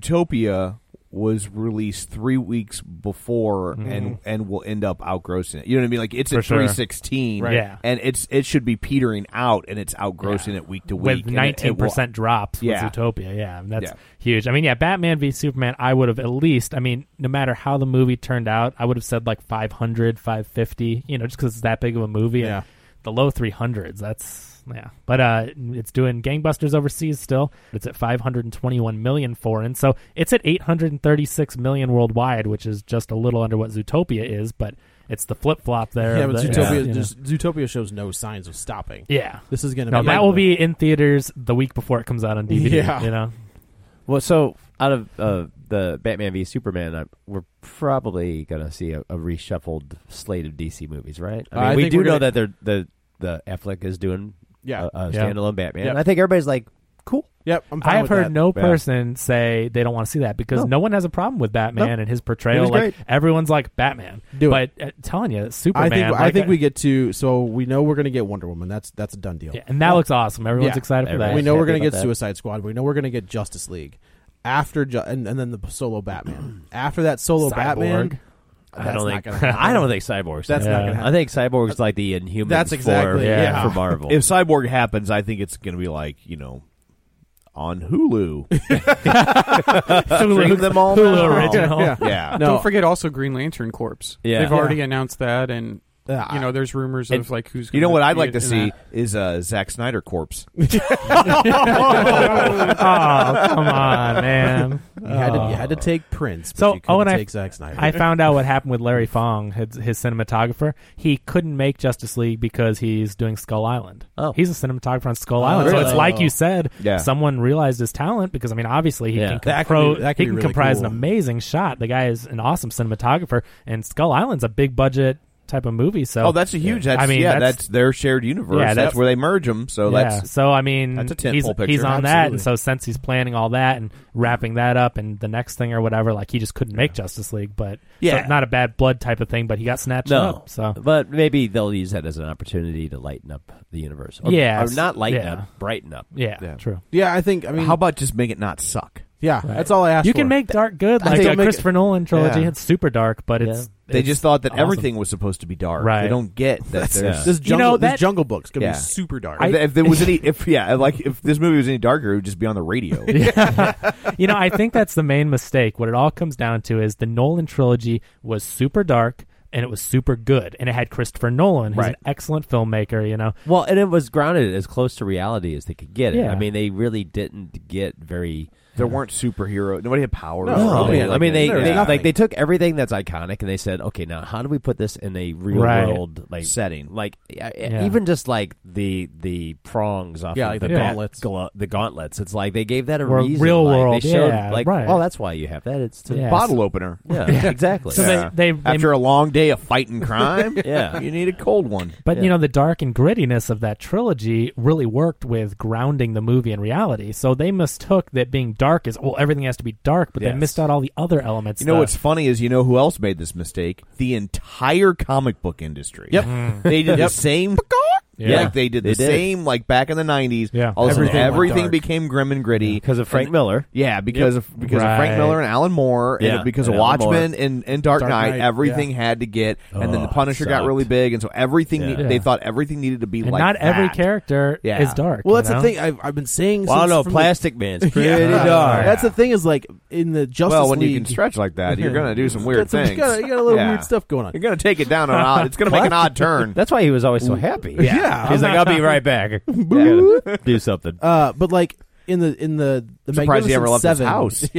Speaker 5: Zootopia was released three weeks before and and will end up outgrossing it. You know what I mean? Like it's
Speaker 7: Mm-hmm. For
Speaker 5: at
Speaker 7: sure.
Speaker 5: three sixteen,
Speaker 7: Right. Yeah.
Speaker 5: and it's it should be petering out, and it's outgrossing it week to week
Speaker 7: with
Speaker 5: and it- it
Speaker 7: nineteen
Speaker 5: will-
Speaker 7: percent drops with
Speaker 5: Yeah.
Speaker 7: Zootopia. Yeah, and that's
Speaker 5: Yeah.
Speaker 7: huge. I mean, yeah, Batman v Superman. I would have at least. I mean, no matter how the movie turned out, I would have said like 500, 550, You know, just because it's that big of a movie.
Speaker 8: Yeah.
Speaker 7: And the low three hundreds. That's yeah. But uh, it's doing gangbusters overseas still. It's at five hundred and twenty-one million foreign. So it's at eight hundred and thirty-six million worldwide, which is just a little under what Zootopia is, but it's the flip flop there.
Speaker 8: Yeah,
Speaker 7: of
Speaker 8: but
Speaker 7: the-
Speaker 8: Zootopia
Speaker 7: you know.
Speaker 8: just, Zootopia shows no signs of stopping.
Speaker 7: yeah.
Speaker 8: This is gonna
Speaker 7: No,
Speaker 8: be
Speaker 7: that will be in theaters the week before it comes out on DVD.
Speaker 8: Yeah. (laughs)
Speaker 7: You know,
Speaker 6: Well, so out of uh, the Batman v Superman, I, we're probably gonna see a, a reshuffled slate of DC movies, right? I
Speaker 8: Uh,
Speaker 6: mean,
Speaker 8: I
Speaker 6: we
Speaker 8: think
Speaker 6: do
Speaker 8: we're
Speaker 6: know
Speaker 8: gonna-
Speaker 6: that they're the the Affleck is doing
Speaker 8: yeah.
Speaker 6: a, a
Speaker 7: Yeah.
Speaker 6: standalone Batman,
Speaker 8: Yep.
Speaker 6: and I think everybody's like, cool.
Speaker 8: yep. I'm fine
Speaker 7: uh, I have
Speaker 8: with
Speaker 7: heard
Speaker 8: that.
Speaker 7: no
Speaker 6: Yeah.
Speaker 7: person say they don't want to see that because no.
Speaker 6: No.
Speaker 7: one has a problem with Batman and his
Speaker 6: It
Speaker 7: portrayal.
Speaker 6: was
Speaker 7: Like
Speaker 6: great.
Speaker 7: everyone's like Batman,
Speaker 8: Do
Speaker 7: but uh, telling you
Speaker 8: I
Speaker 7: Superman.
Speaker 8: think I
Speaker 7: like,
Speaker 8: think
Speaker 7: uh,
Speaker 8: we get to so we know we're gonna get Wonder Woman. That's that's a done deal.
Speaker 7: yeah, and that looks awesome. Everyone's
Speaker 8: Yeah.
Speaker 7: excited for that.
Speaker 6: Everyone.
Speaker 8: we know
Speaker 6: happy
Speaker 8: we're gonna
Speaker 6: about
Speaker 8: get
Speaker 6: that.
Speaker 8: Suicide Squad. We know we're gonna get Justice League. After ju- and, and then the solo Batman. After that solo
Speaker 7: Cyborg.
Speaker 8: Batman,
Speaker 6: I
Speaker 8: that's
Speaker 6: don't
Speaker 8: not
Speaker 6: think (laughs)
Speaker 8: gonna happen.
Speaker 6: I don't think Cyborg's.
Speaker 8: That's
Speaker 6: gonna
Speaker 8: not
Speaker 7: Yeah.
Speaker 8: gonna
Speaker 6: happen. I
Speaker 8: happen.
Speaker 6: think Cyborg's like the Inhuman.
Speaker 8: That's exactly-
Speaker 6: for,
Speaker 7: (laughs)
Speaker 8: yeah. (laughs)
Speaker 6: for Marvel.
Speaker 5: If Cyborg happens, I think it's going to be like you know, on Hulu.
Speaker 7: (laughs) Hulu, (laughs)
Speaker 5: them all
Speaker 7: Hulu
Speaker 5: now.
Speaker 7: original.
Speaker 8: (laughs) Yeah.
Speaker 5: yeah,
Speaker 8: No.
Speaker 9: Don't forget also Green Lantern Corps.
Speaker 6: Yeah.
Speaker 9: They've
Speaker 6: Yeah.
Speaker 9: already announced that, and
Speaker 8: Yeah, I-
Speaker 9: you know, there's rumors of like who's.
Speaker 5: You know
Speaker 9: gonna
Speaker 5: what I'd
Speaker 9: be
Speaker 5: like to
Speaker 9: in
Speaker 5: see
Speaker 9: that.
Speaker 5: is uh, Zack Snyder corpse.
Speaker 7: (laughs) oh, come on, man.
Speaker 8: You had, to, you had to take Prince, but
Speaker 7: So,
Speaker 8: you couldn't
Speaker 7: oh, and I-
Speaker 8: take Zack Snyder.
Speaker 7: I found out what happened with Larry Fong, his, his cinematographer. He couldn't make Justice League because he's doing Skull Island.
Speaker 6: Oh.
Speaker 7: he's a cinematographer on Skull Island. So it's like you said,
Speaker 5: Yeah.
Speaker 7: someone realized his talent because I mean, obviously he
Speaker 6: Yeah.
Speaker 7: can,
Speaker 8: That could
Speaker 7: compro-
Speaker 8: be- that could
Speaker 7: he
Speaker 8: be
Speaker 7: can
Speaker 8: really
Speaker 7: comprise
Speaker 8: cool.
Speaker 7: an amazing shot. The guy is an awesome cinematographer, and Skull Island's a big budget type of movie. So
Speaker 5: Oh, that's a huge. That's,
Speaker 7: I mean,
Speaker 5: yeah, that's,
Speaker 7: that's-
Speaker 5: their shared universe.
Speaker 7: Yeah,
Speaker 5: that's,
Speaker 7: that's-
Speaker 5: where they merge them. So
Speaker 7: yeah.
Speaker 5: that's
Speaker 7: so I mean,
Speaker 5: that's a tentpole
Speaker 7: he's,
Speaker 5: picture.
Speaker 7: he's on that,
Speaker 5: Absolutely.
Speaker 7: and so since he's planning all that and wrapping that up, and the next thing or whatever, like he just couldn't make Justice League, but
Speaker 5: Yeah.
Speaker 7: so not a bad blood type of thing, but he got snatched
Speaker 6: No,
Speaker 7: up. So
Speaker 6: but maybe they'll use that as an opportunity to lighten up the universe. Or,
Speaker 7: Yeah.
Speaker 6: or not lighten
Speaker 7: Yeah.
Speaker 6: up, brighten up.
Speaker 7: yeah,
Speaker 5: Yeah.
Speaker 7: true.
Speaker 8: yeah, I think. I mean,
Speaker 5: how about just make it not suck?
Speaker 8: yeah, that's all I asked.
Speaker 7: You
Speaker 8: for.
Speaker 7: can make dark good
Speaker 8: I
Speaker 7: like
Speaker 8: think
Speaker 7: a
Speaker 8: it'll make
Speaker 7: Christopher Nolan trilogy.
Speaker 5: Yeah.
Speaker 7: It's super dark, but it's
Speaker 5: They
Speaker 7: it's
Speaker 5: just (laughs) thought that
Speaker 7: awesome.
Speaker 5: everything was supposed to be dark.
Speaker 7: Right.
Speaker 5: They don't get that there's.
Speaker 8: this jungle.
Speaker 7: that-
Speaker 8: this Jungle Book's gonna
Speaker 5: Yeah.
Speaker 8: be super dark.
Speaker 5: If, if there was any, if yeah, like if this movie was any darker, it would just be on the radio.
Speaker 7: (laughs) you know, I think that's the main mistake. What it all comes down to is the Nolan trilogy was super dark and it was super good, and it had Christopher Nolan, who's
Speaker 6: Right.
Speaker 7: an excellent filmmaker. You know,
Speaker 6: Well, and it was grounded as close to reality as they could get it.
Speaker 7: Yeah.
Speaker 6: I mean, they really didn't get very
Speaker 5: There weren't superheroes. Nobody had powers.
Speaker 6: No,
Speaker 5: Nobody
Speaker 6: I
Speaker 5: had, like,
Speaker 6: mean
Speaker 5: a-
Speaker 6: they,
Speaker 5: there was
Speaker 6: they
Speaker 5: nothing.
Speaker 6: like they took everything that's iconic and they said, okay, now how do we put this in a real
Speaker 7: Right.
Speaker 6: world like
Speaker 5: Setting.
Speaker 6: Like I- I-
Speaker 7: Yeah.
Speaker 6: even just like the the prongs off
Speaker 8: Yeah,
Speaker 6: of
Speaker 8: like
Speaker 6: the
Speaker 8: the
Speaker 6: bat
Speaker 8: gauntlets.
Speaker 6: glo- the gauntlets. It's like they gave that a
Speaker 7: Or
Speaker 6: reason.
Speaker 7: real
Speaker 6: like,
Speaker 7: world,
Speaker 6: they showed,
Speaker 7: yeah,
Speaker 6: like
Speaker 7: right.
Speaker 6: oh, that's why you have that. It's to
Speaker 7: (laughs) Yeah.
Speaker 5: bottle opener.
Speaker 6: yeah, exactly.
Speaker 7: (laughs) So they-
Speaker 5: Yeah.
Speaker 7: they- they-
Speaker 5: after a long day of fighting crime, (laughs)
Speaker 6: Yeah.
Speaker 5: you need a cold one.
Speaker 7: But you know, the dark and grittiness of that trilogy really worked with grounding the movie in reality. So they mistook that being dark is well, everything has to be dark, but they
Speaker 6: Yes.
Speaker 7: missed out all the other elements.
Speaker 5: You know
Speaker 7: the-
Speaker 5: what's funny is you know who else made this mistake? The entire comic book industry. Yep, they did the same.
Speaker 7: Yeah.
Speaker 5: like they did
Speaker 6: They
Speaker 5: the
Speaker 6: did.
Speaker 5: same. Like back in the nineties.
Speaker 7: Yeah.
Speaker 5: all of a sudden,
Speaker 7: Everything
Speaker 8: went
Speaker 5: everything
Speaker 8: dark.
Speaker 5: became grim and gritty
Speaker 6: because of Frank
Speaker 5: And-
Speaker 6: Miller.
Speaker 5: Yeah, because of because of
Speaker 7: Right.
Speaker 5: Frank Miller and Alan Moore,
Speaker 6: Yeah,
Speaker 5: and because
Speaker 6: and
Speaker 5: of
Speaker 6: Alan
Speaker 5: Watchmen and, and Dark,
Speaker 8: Dark
Speaker 5: Knight,
Speaker 8: Knight,
Speaker 5: everything
Speaker 8: yeah.
Speaker 5: had to get, and then
Speaker 6: Oh,
Speaker 5: the Punisher got
Speaker 6: sucked.
Speaker 5: really big, and so everything
Speaker 6: Yeah.
Speaker 5: ne- they thought everything needed to be
Speaker 7: and
Speaker 5: like
Speaker 7: not every
Speaker 5: that.
Speaker 7: character
Speaker 5: Yeah.
Speaker 7: is dark.
Speaker 8: Well,
Speaker 7: you
Speaker 8: that's the
Speaker 7: know?
Speaker 8: thing I've, I've been saying.
Speaker 6: Well,
Speaker 8: since
Speaker 6: no,
Speaker 8: from
Speaker 6: Plastic Man's
Speaker 8: The,
Speaker 6: pretty (laughs)
Speaker 8: Yeah.
Speaker 6: dark.
Speaker 8: That's the thing is like in the Justice
Speaker 5: Well, when
Speaker 8: League,
Speaker 5: you can stretch like that, you're gonna do
Speaker 8: (laughs)
Speaker 5: some
Speaker 8: you
Speaker 5: weird
Speaker 8: got some-
Speaker 5: things.
Speaker 8: You got, you got a little
Speaker 5: Yeah.
Speaker 8: weird stuff going on.
Speaker 5: You're gonna take it down on an odd. It's gonna make an odd turn.
Speaker 6: (laughs) That's why he was always so happy.
Speaker 8: Yeah.
Speaker 6: he's like, I'll be right (laughs) back. Gotta do something.
Speaker 8: Uh, but like in the in the the
Speaker 5: Surprised
Speaker 8: Magnificent
Speaker 5: he ever left his
Speaker 8: Seven (laughs)
Speaker 5: house.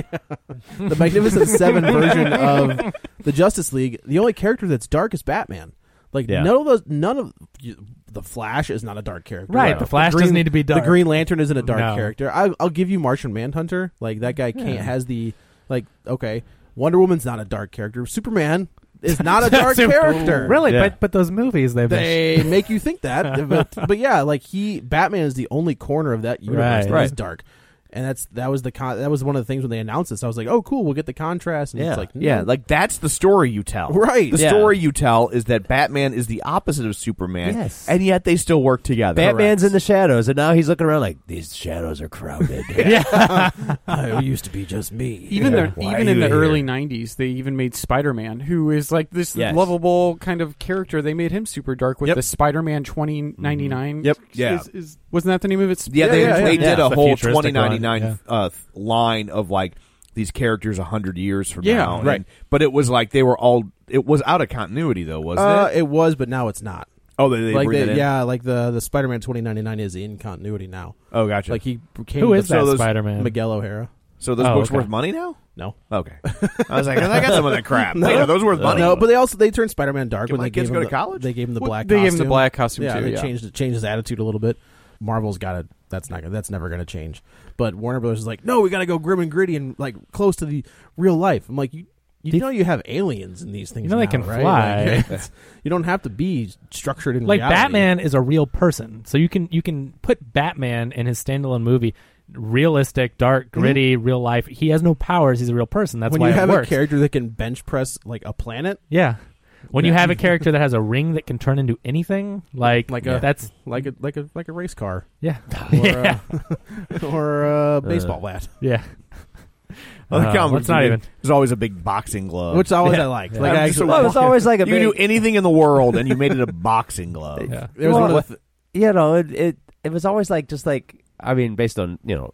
Speaker 8: the Magnificent Seven version of the Justice League, the only character that's dark is Batman. Like
Speaker 6: Yeah.
Speaker 8: none of those, none of you, the Flash is not a dark character.
Speaker 7: Right, the Flash doesn't need to be dark.
Speaker 8: The Green Lantern isn't a dark
Speaker 7: No.
Speaker 8: character. I, I'll give you Martian Manhunter. Like that guy can't has the like. Okay, Wonder Woman's not a dark character. Superman is
Speaker 7: (laughs)
Speaker 8: not a dark character.
Speaker 7: Really,
Speaker 6: Yeah.
Speaker 7: but but those movies they've been
Speaker 8: They (laughs) make you
Speaker 7: (laughs)
Speaker 8: think that, but but yeah, like he Batman is the only corner of that universe
Speaker 7: Right.
Speaker 8: that is
Speaker 6: Right.
Speaker 8: dark, and that's that was the con- that was one of the things when they announced this. I was like, oh, cool, we'll get the contrast. And
Speaker 6: Yeah.
Speaker 8: it's like, "Mm,
Speaker 5: Yeah,
Speaker 8: no.
Speaker 5: like that's the story you tell.
Speaker 8: Hmm. Right.
Speaker 5: The
Speaker 6: Yeah.
Speaker 5: story you tell is that Batman is the opposite of Superman,
Speaker 6: Yes.
Speaker 5: and yet they still work together.
Speaker 6: Batman's in the shadows, and now he's looking around like these shadows are crowded. yeah,
Speaker 7: (laughs)
Speaker 8: it used to be just me.
Speaker 9: Even
Speaker 6: Yeah.
Speaker 9: the,
Speaker 6: Why
Speaker 9: even
Speaker 6: are
Speaker 9: in
Speaker 6: you
Speaker 9: the
Speaker 6: here?
Speaker 9: early '90s, they even made Spider-Man, who is like this
Speaker 6: Yes.
Speaker 9: lovable kind of character. They made him super dark with
Speaker 5: Yep.
Speaker 9: the Spider-Man 2099.
Speaker 5: Yep. Yeah.
Speaker 9: Is, is, wasn't that the name of it?
Speaker 5: Yeah, they,
Speaker 6: yeah,
Speaker 5: they
Speaker 6: yeah.
Speaker 5: did
Speaker 6: Yeah.
Speaker 5: a
Speaker 6: The
Speaker 5: whole
Speaker 6: futuristic
Speaker 5: 2099
Speaker 7: one,
Speaker 5: uh, th- line of like these characters 100 years from
Speaker 9: Yeah,
Speaker 5: now. and-
Speaker 9: right.
Speaker 5: but it was like they were all. It was out of continuity though, wasn't
Speaker 8: Uh,
Speaker 5: it?
Speaker 8: it was, but now it's not.
Speaker 5: Oh, they, they
Speaker 8: like
Speaker 5: bring
Speaker 8: they-
Speaker 5: it in?
Speaker 8: yeah, like the the Spider Man twenty ninety nine is in continuity now.
Speaker 5: Oh, gotcha.
Speaker 8: Like he became
Speaker 7: Who is
Speaker 8: the,
Speaker 7: that
Speaker 5: those-
Speaker 7: Spider-Man?
Speaker 8: Miguel O'Hara.
Speaker 5: so those
Speaker 7: Oh,
Speaker 5: books
Speaker 7: okay.
Speaker 5: worth money now?
Speaker 8: No,
Speaker 5: Okay. I was like, I got some of that crap. Wait, are
Speaker 7: (laughs)
Speaker 5: those worth money?
Speaker 8: no, but they also they turned Spider Man dark
Speaker 5: Did
Speaker 8: when
Speaker 5: my
Speaker 8: they
Speaker 5: kids
Speaker 8: gave
Speaker 5: go
Speaker 8: him
Speaker 5: to
Speaker 8: the-
Speaker 5: college?
Speaker 8: They gave him the
Speaker 9: Well,
Speaker 8: black.
Speaker 9: they
Speaker 8: costume.
Speaker 9: gave him the black costume,
Speaker 8: Yeah,
Speaker 9: too,
Speaker 8: they
Speaker 9: yeah.
Speaker 8: changed changed his attitude a little bit. Marvel's got to that's not gonna that's never gonna change. But Warner Brothers is like, no, we gotta go grim and gritty and like close to the real life. I'm like, you you know you have aliens in these things.
Speaker 7: know they
Speaker 8: now,
Speaker 7: can
Speaker 8: right?
Speaker 7: fly.
Speaker 8: Like, (laughs) it's- you don't have to be structured in
Speaker 7: like
Speaker 8: reality.
Speaker 7: Batman is a real person, so you can you can put Batman in his standalone movie, realistic, dark, gritty, real life. He has no powers. He's a real person. That's
Speaker 8: When
Speaker 7: why
Speaker 8: you
Speaker 7: it
Speaker 8: have
Speaker 7: works.
Speaker 8: a character that can bench press like a planet,
Speaker 7: yeah. When you have a character that has a ring that can turn into anything, like,
Speaker 8: Like
Speaker 7: yeah.
Speaker 8: a-
Speaker 7: that's
Speaker 8: like a like a like a race (laughs) car
Speaker 7: yeah,
Speaker 8: or uh (laughs) or a baseball bat,
Speaker 7: (laughs) yeah.
Speaker 5: I like how
Speaker 7: Uh, let's not even.
Speaker 5: There's always a big boxing glove.
Speaker 8: which always I liked. Like
Speaker 5: I'm
Speaker 8: I
Speaker 5: just
Speaker 8: actually,
Speaker 5: a-
Speaker 6: well, it's always like a
Speaker 5: you
Speaker 6: big,
Speaker 5: can do anything in the world, and you made it a (laughs) boxing glove.
Speaker 7: Yeah.
Speaker 8: there was
Speaker 6: Well,
Speaker 8: one of the
Speaker 6: with- you know, it, it it was always like just like I mean, based on you know,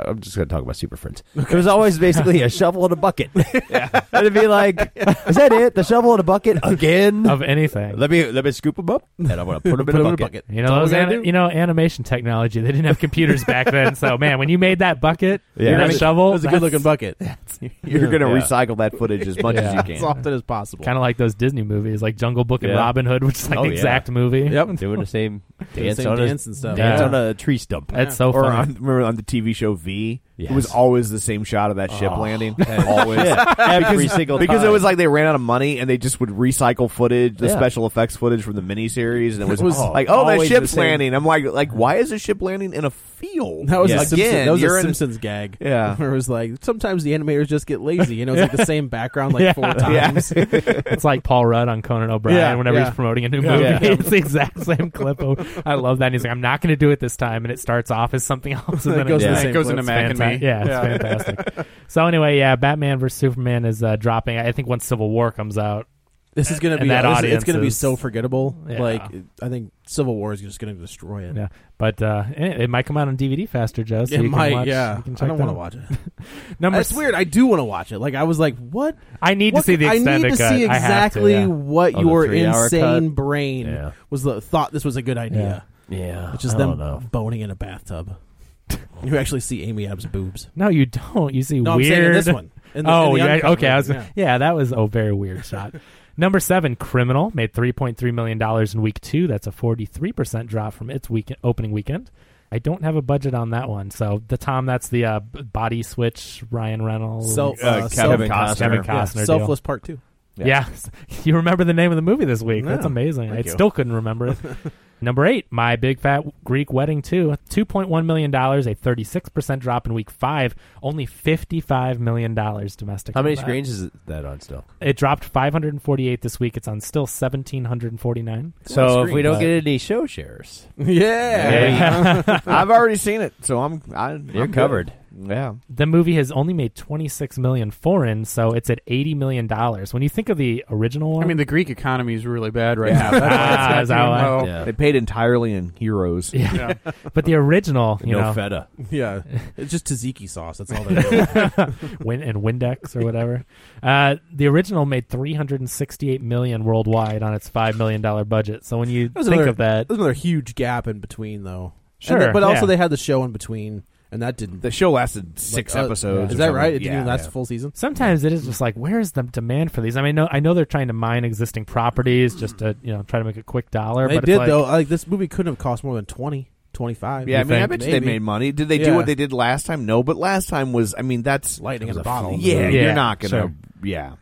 Speaker 6: I'm just gonna talk about Super Friends. It was always basically a shovel and a bucket. and it'd be like, is that it? The shovel and a bucket again?
Speaker 7: (laughs)
Speaker 5: (laughs)
Speaker 7: of anything.
Speaker 6: let me let me scoop them up, and I'm gonna put them in, a bucket.
Speaker 7: You know, those ani- you know animation technology. They didn't have computers back then, so man, when you made that bucket,
Speaker 6: Yeah.
Speaker 7: that
Speaker 6: It was a-
Speaker 7: shovel,
Speaker 8: It was a good
Speaker 7: (laughs)
Speaker 8: looking bucket. (laughs)
Speaker 5: You're going to
Speaker 6: Yeah.
Speaker 5: recycle that footage as much as
Speaker 7: Yeah.
Speaker 5: you can.
Speaker 8: as often as possible.
Speaker 7: Kind of like those Disney movies, like Jungle Book and
Speaker 6: Yeah.
Speaker 7: Robin Hood, which is like
Speaker 6: Oh,
Speaker 7: the
Speaker 6: yeah.
Speaker 7: exact movie.
Speaker 6: Doing the same
Speaker 8: the
Speaker 6: dance
Speaker 8: same
Speaker 6: on
Speaker 8: dance
Speaker 6: a
Speaker 8: and stuff.
Speaker 6: dance
Speaker 7: Yeah.
Speaker 6: on a tree stump.
Speaker 7: That's so
Speaker 5: or
Speaker 7: funny.
Speaker 5: on, remember on the TV show V,
Speaker 6: Yes.
Speaker 5: it was always the same shot of that ship landing. Always, (laughs)
Speaker 6: Every single
Speaker 5: because
Speaker 6: time.
Speaker 5: it was like they ran out of money and they just would recycle footage, the
Speaker 6: Yeah.
Speaker 5: special effects footage from the miniseries, and it was,
Speaker 6: was
Speaker 5: like, oh, that
Speaker 6: always
Speaker 5: ship's
Speaker 6: the same.
Speaker 5: landing. I'm like, like, why is the ship landing in a field?
Speaker 8: (laughs) That was
Speaker 6: Yeah.
Speaker 8: a Simpson,
Speaker 5: Again,
Speaker 8: that was
Speaker 5: you're
Speaker 8: a
Speaker 5: in-
Speaker 8: Simpsons gag.
Speaker 5: (laughs) Yeah.
Speaker 8: where it was like sometimes the animators just get lazy. You know, it's like
Speaker 7: (laughs)
Speaker 8: the same background like four times.
Speaker 7: It's like Paul Rudd on Conan O'Brien
Speaker 8: Yeah,
Speaker 7: whenever
Speaker 8: yeah.
Speaker 7: he's promoting a new
Speaker 8: Yeah.
Speaker 7: movie.
Speaker 8: Yeah.
Speaker 7: (laughs) It's the exact same clip. Of, I love that. And he's like, I'm not going to do it this time. And it starts off as something (laughs) else. And
Speaker 8: It
Speaker 7: then
Speaker 8: goes
Speaker 7: it
Speaker 8: to the
Speaker 7: just-
Speaker 8: same
Speaker 9: It goes
Speaker 8: place.
Speaker 9: into Mac and me.
Speaker 7: Fantastic. Yeah, it's
Speaker 8: (laughs)
Speaker 7: fantastic. so anyway, yeah, Batman versus Superman is uh, dropping. I think once Civil War comes out.
Speaker 8: This is gonna
Speaker 7: (laughs) And
Speaker 8: be
Speaker 7: that
Speaker 8: this- it's
Speaker 7: audience
Speaker 8: gonna be
Speaker 7: is-
Speaker 8: so forgettable.
Speaker 7: Yeah.
Speaker 8: Like I think Civil War is just gonna destroy it.
Speaker 7: Yeah, but uh, it, it might come out on DVD faster, Joe. So
Speaker 8: It
Speaker 7: you
Speaker 8: might,
Speaker 7: Can watch,
Speaker 8: yeah.
Speaker 7: you can
Speaker 8: I
Speaker 7: check
Speaker 8: don't
Speaker 7: that
Speaker 8: want to
Speaker 7: out.
Speaker 8: watch it.
Speaker 7: (laughs) Number
Speaker 8: That's
Speaker 7: s-
Speaker 8: weird. I do want to watch it. Like I was like, what?
Speaker 7: I need
Speaker 8: what
Speaker 7: to see the
Speaker 8: I need
Speaker 7: extended
Speaker 8: to
Speaker 7: cut.
Speaker 8: see
Speaker 7: I have to,
Speaker 8: exactly
Speaker 7: yeah.
Speaker 8: what
Speaker 6: Oh, the
Speaker 8: your
Speaker 6: three-hour
Speaker 8: insane
Speaker 6: cut?
Speaker 8: brain
Speaker 6: Yeah.
Speaker 8: was the, thought this was a good idea,
Speaker 6: yeah,
Speaker 8: which is
Speaker 6: I
Speaker 8: them
Speaker 6: don't know.
Speaker 8: boning in a bathtub. (laughs) You actually see Amy Adams' boobs.
Speaker 7: No, you don't. You see
Speaker 8: No, I'm
Speaker 7: weird.
Speaker 8: saying in this one. In the-
Speaker 7: oh,
Speaker 8: in the
Speaker 7: yeah.
Speaker 8: uncover
Speaker 7: Okay, I was.
Speaker 8: version,
Speaker 7: (laughs) Yeah. that was a very
Speaker 8: (laughs)
Speaker 7: weird shot. Number seven, Criminal made three point three million dollars in week two. That's a forty three percent drop from its week opening weekend. I don't have a budget on that one. So the Tom, that's the uh, b- body switch. Ryan Reynolds,
Speaker 8: Self,
Speaker 6: Uh,
Speaker 8: uh,
Speaker 6: Kevin
Speaker 8: self-
Speaker 6: Costner.
Speaker 7: Kevin
Speaker 8: yeah,
Speaker 7: Costner. deal.
Speaker 8: Selfless Part Two.
Speaker 6: Yeah.
Speaker 7: Yeah. (laughs) You remember the name of the movie this week. That's
Speaker 8: Yeah.
Speaker 7: amazing. I
Speaker 8: Thank you.
Speaker 7: still couldn't remember it. Number eight, My Big Fat Greek Wedding 2. $2.1 million, a 36% drop in week five. Only $55 million domestic.
Speaker 6: How many
Speaker 7: from that.
Speaker 6: screens is that on still?
Speaker 7: It dropped 548 this week. It's on still 1,749.
Speaker 6: So if we don't
Speaker 8: but-
Speaker 6: get any show shares,
Speaker 5: Yeah, (laughs) I've already seen it, so I'm I,
Speaker 6: you're
Speaker 5: I'm good.
Speaker 6: covered.
Speaker 5: Yeah,
Speaker 7: The movie has only made 26 million foreign, so it's at 80 million dollars. When you think of the original one,
Speaker 9: I
Speaker 7: (laughs)
Speaker 9: mean, the Greek economy is really bad right now.
Speaker 7: Ah, is
Speaker 9: That's
Speaker 7: that
Speaker 9: not
Speaker 7: why?
Speaker 9: doing well.
Speaker 6: Yeah.
Speaker 5: they paid entirely in (laughs) heroes. Yeah,
Speaker 7: but the original, you
Speaker 6: no
Speaker 7: know,
Speaker 6: feta.
Speaker 8: (laughs) Yeah, it's just tzatziki sauce. That's all that is.
Speaker 7: Win and Windex or whatever. uh, the original made 368 million worldwide on its five million dollar budget. So when you
Speaker 8: That was
Speaker 7: think
Speaker 8: another-
Speaker 7: of that,
Speaker 8: There's another huge gap in between, though.
Speaker 7: Sure,
Speaker 8: And th- but also
Speaker 7: yeah.
Speaker 8: they had the show in between, and that didn't.
Speaker 5: the show lasted six
Speaker 8: like, uh,
Speaker 5: episodes. or
Speaker 8: Is that
Speaker 5: something.
Speaker 8: right? It didn't
Speaker 5: Yeah,
Speaker 8: even last
Speaker 5: yeah.
Speaker 8: a full season.
Speaker 7: sometimes it is just like, where is the demand for these? I mean, no, I know they're trying to mine existing properties just to you know try to make a quick dollar.
Speaker 8: They
Speaker 7: but
Speaker 8: did
Speaker 7: it's like,
Speaker 8: though. Like this movie couldn't have cost more than 20, 25.
Speaker 5: Yeah, I
Speaker 8: You
Speaker 5: mean, I
Speaker 8: think?
Speaker 5: bet you they
Speaker 8: Maybe.
Speaker 5: made money. Did they
Speaker 8: Yeah.
Speaker 5: do what they did last time? No, but last time was, I mean, that's
Speaker 8: lightning
Speaker 6: It was
Speaker 8: in a
Speaker 6: a
Speaker 8: bottle.
Speaker 6: fool.
Speaker 5: yeah,
Speaker 7: Yeah,
Speaker 5: you're not gonna,
Speaker 7: sure.
Speaker 5: yeah.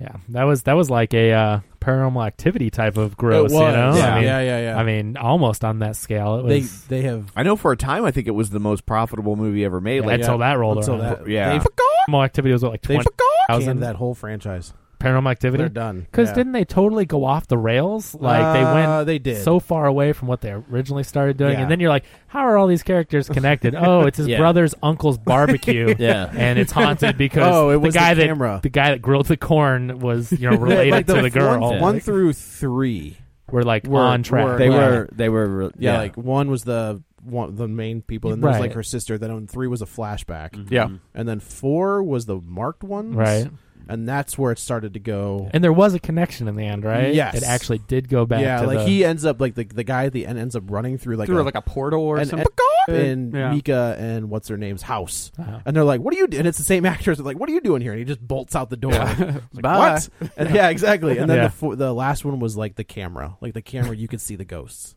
Speaker 7: Yeah, that was that was like a uh, paranormal activity type of gross.
Speaker 8: It was.
Speaker 7: You know,
Speaker 8: Yeah.
Speaker 7: I mean,
Speaker 8: yeah, yeah, yeah.
Speaker 7: I mean, almost on that scale. It
Speaker 8: they
Speaker 7: was
Speaker 8: they have
Speaker 5: I know for a time, I think it was the most profitable movie ever made. Like,
Speaker 7: until that rolled
Speaker 8: until
Speaker 7: around.
Speaker 8: that.
Speaker 5: Yeah.
Speaker 8: they
Speaker 7: Paranormal activity was what, like
Speaker 8: they
Speaker 7: twenty
Speaker 8: canned
Speaker 7: thousand.
Speaker 8: that whole franchise.
Speaker 7: paranormal activity.
Speaker 8: They're done.
Speaker 7: Because
Speaker 8: Yeah.
Speaker 7: didn't they totally go off the rails? Like they
Speaker 8: Uh,
Speaker 7: went
Speaker 8: they did.
Speaker 7: so far away from what they originally started doing,
Speaker 8: Yeah.
Speaker 7: and then you're like, how are all these characters
Speaker 8: (laughs)
Speaker 7: connected? oh, it's his
Speaker 6: Yeah.
Speaker 7: brother's uncle's barbecue,
Speaker 6: Yeah.
Speaker 7: and it's haunted because
Speaker 8: Oh, it was
Speaker 7: the guy
Speaker 8: the
Speaker 7: that
Speaker 8: camera.
Speaker 7: the guy that grilled the corn was you know related
Speaker 8: (laughs) Like,
Speaker 7: to the girl.
Speaker 8: One, one through three.
Speaker 7: we're like
Speaker 8: were-
Speaker 7: on track.
Speaker 8: were-
Speaker 6: They
Speaker 8: Wow.
Speaker 6: were. (laughs) They were. re-
Speaker 8: Yeah,
Speaker 6: Yeah.
Speaker 8: like one was the one the main people, and then was
Speaker 7: Right.
Speaker 8: like her sister. Then on three was a flashback,
Speaker 9: Yeah.
Speaker 8: and then four was the marked ones,
Speaker 7: Right.
Speaker 8: And that's where it started to go.
Speaker 7: and there was a connection in the end, right?
Speaker 8: Yes.
Speaker 7: it actually did go back.
Speaker 8: yeah,
Speaker 7: to
Speaker 8: like
Speaker 7: the-
Speaker 8: he ends up like the the guy at the end ends up running through like
Speaker 9: Through
Speaker 8: a,
Speaker 9: like a portal or
Speaker 8: and,
Speaker 9: something.
Speaker 8: and, and
Speaker 9: Yeah.
Speaker 8: Mika and what's her name's house,
Speaker 7: Uh-huh.
Speaker 8: and they're like, "What are you?" do-" And it's the same (laughs) actors. They're like, "What are you doing here?" And he just bolts out the door.
Speaker 9: (laughs)
Speaker 8: Like, what? (laughs) And, yeah, exactly. And then
Speaker 7: Yeah.
Speaker 8: the fo- the last one was like the camera, like the camera you could see the ghosts.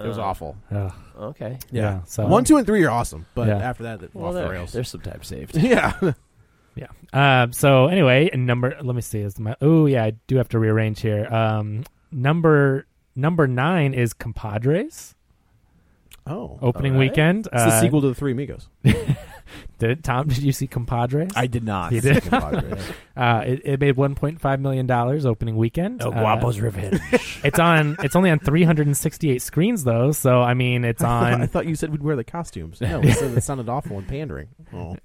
Speaker 8: It
Speaker 9: Uh.
Speaker 8: was awful.
Speaker 7: Ugh.
Speaker 6: uh, Okay.
Speaker 7: Yeah, so-
Speaker 8: one, two, and three are awesome, but
Speaker 7: Yeah.
Speaker 8: after that, it
Speaker 6: Well,
Speaker 8: off the
Speaker 6: there,
Speaker 8: rails.
Speaker 6: there's some time saved.
Speaker 8: (laughs) Yeah,
Speaker 7: Yeah. Um, so anyway, and number. Let me see. Is my oh yeah, I do have to rearrange here. Um, number number nine is Compadres
Speaker 8: Oh,
Speaker 7: opening
Speaker 6: All right.
Speaker 7: weekend. Uh,
Speaker 8: it's the sequel to the Three Amigos. (laughs)
Speaker 7: Did Tom? (laughs) Did you see Compadres?
Speaker 5: I did not.
Speaker 7: He did.
Speaker 5: think about it.
Speaker 7: Uh, it, it made one point five million dollars opening weekend.
Speaker 6: Oh,
Speaker 7: Uh,
Speaker 6: Guapo's revenge.
Speaker 7: (laughs) it's on. It's only on three hundred and sixty-eight screens though. So I mean, it's
Speaker 8: I
Speaker 7: on.
Speaker 8: thought you said we'd wear the costumes. (laughs) No, it said it sounded awful and pandering. Oh,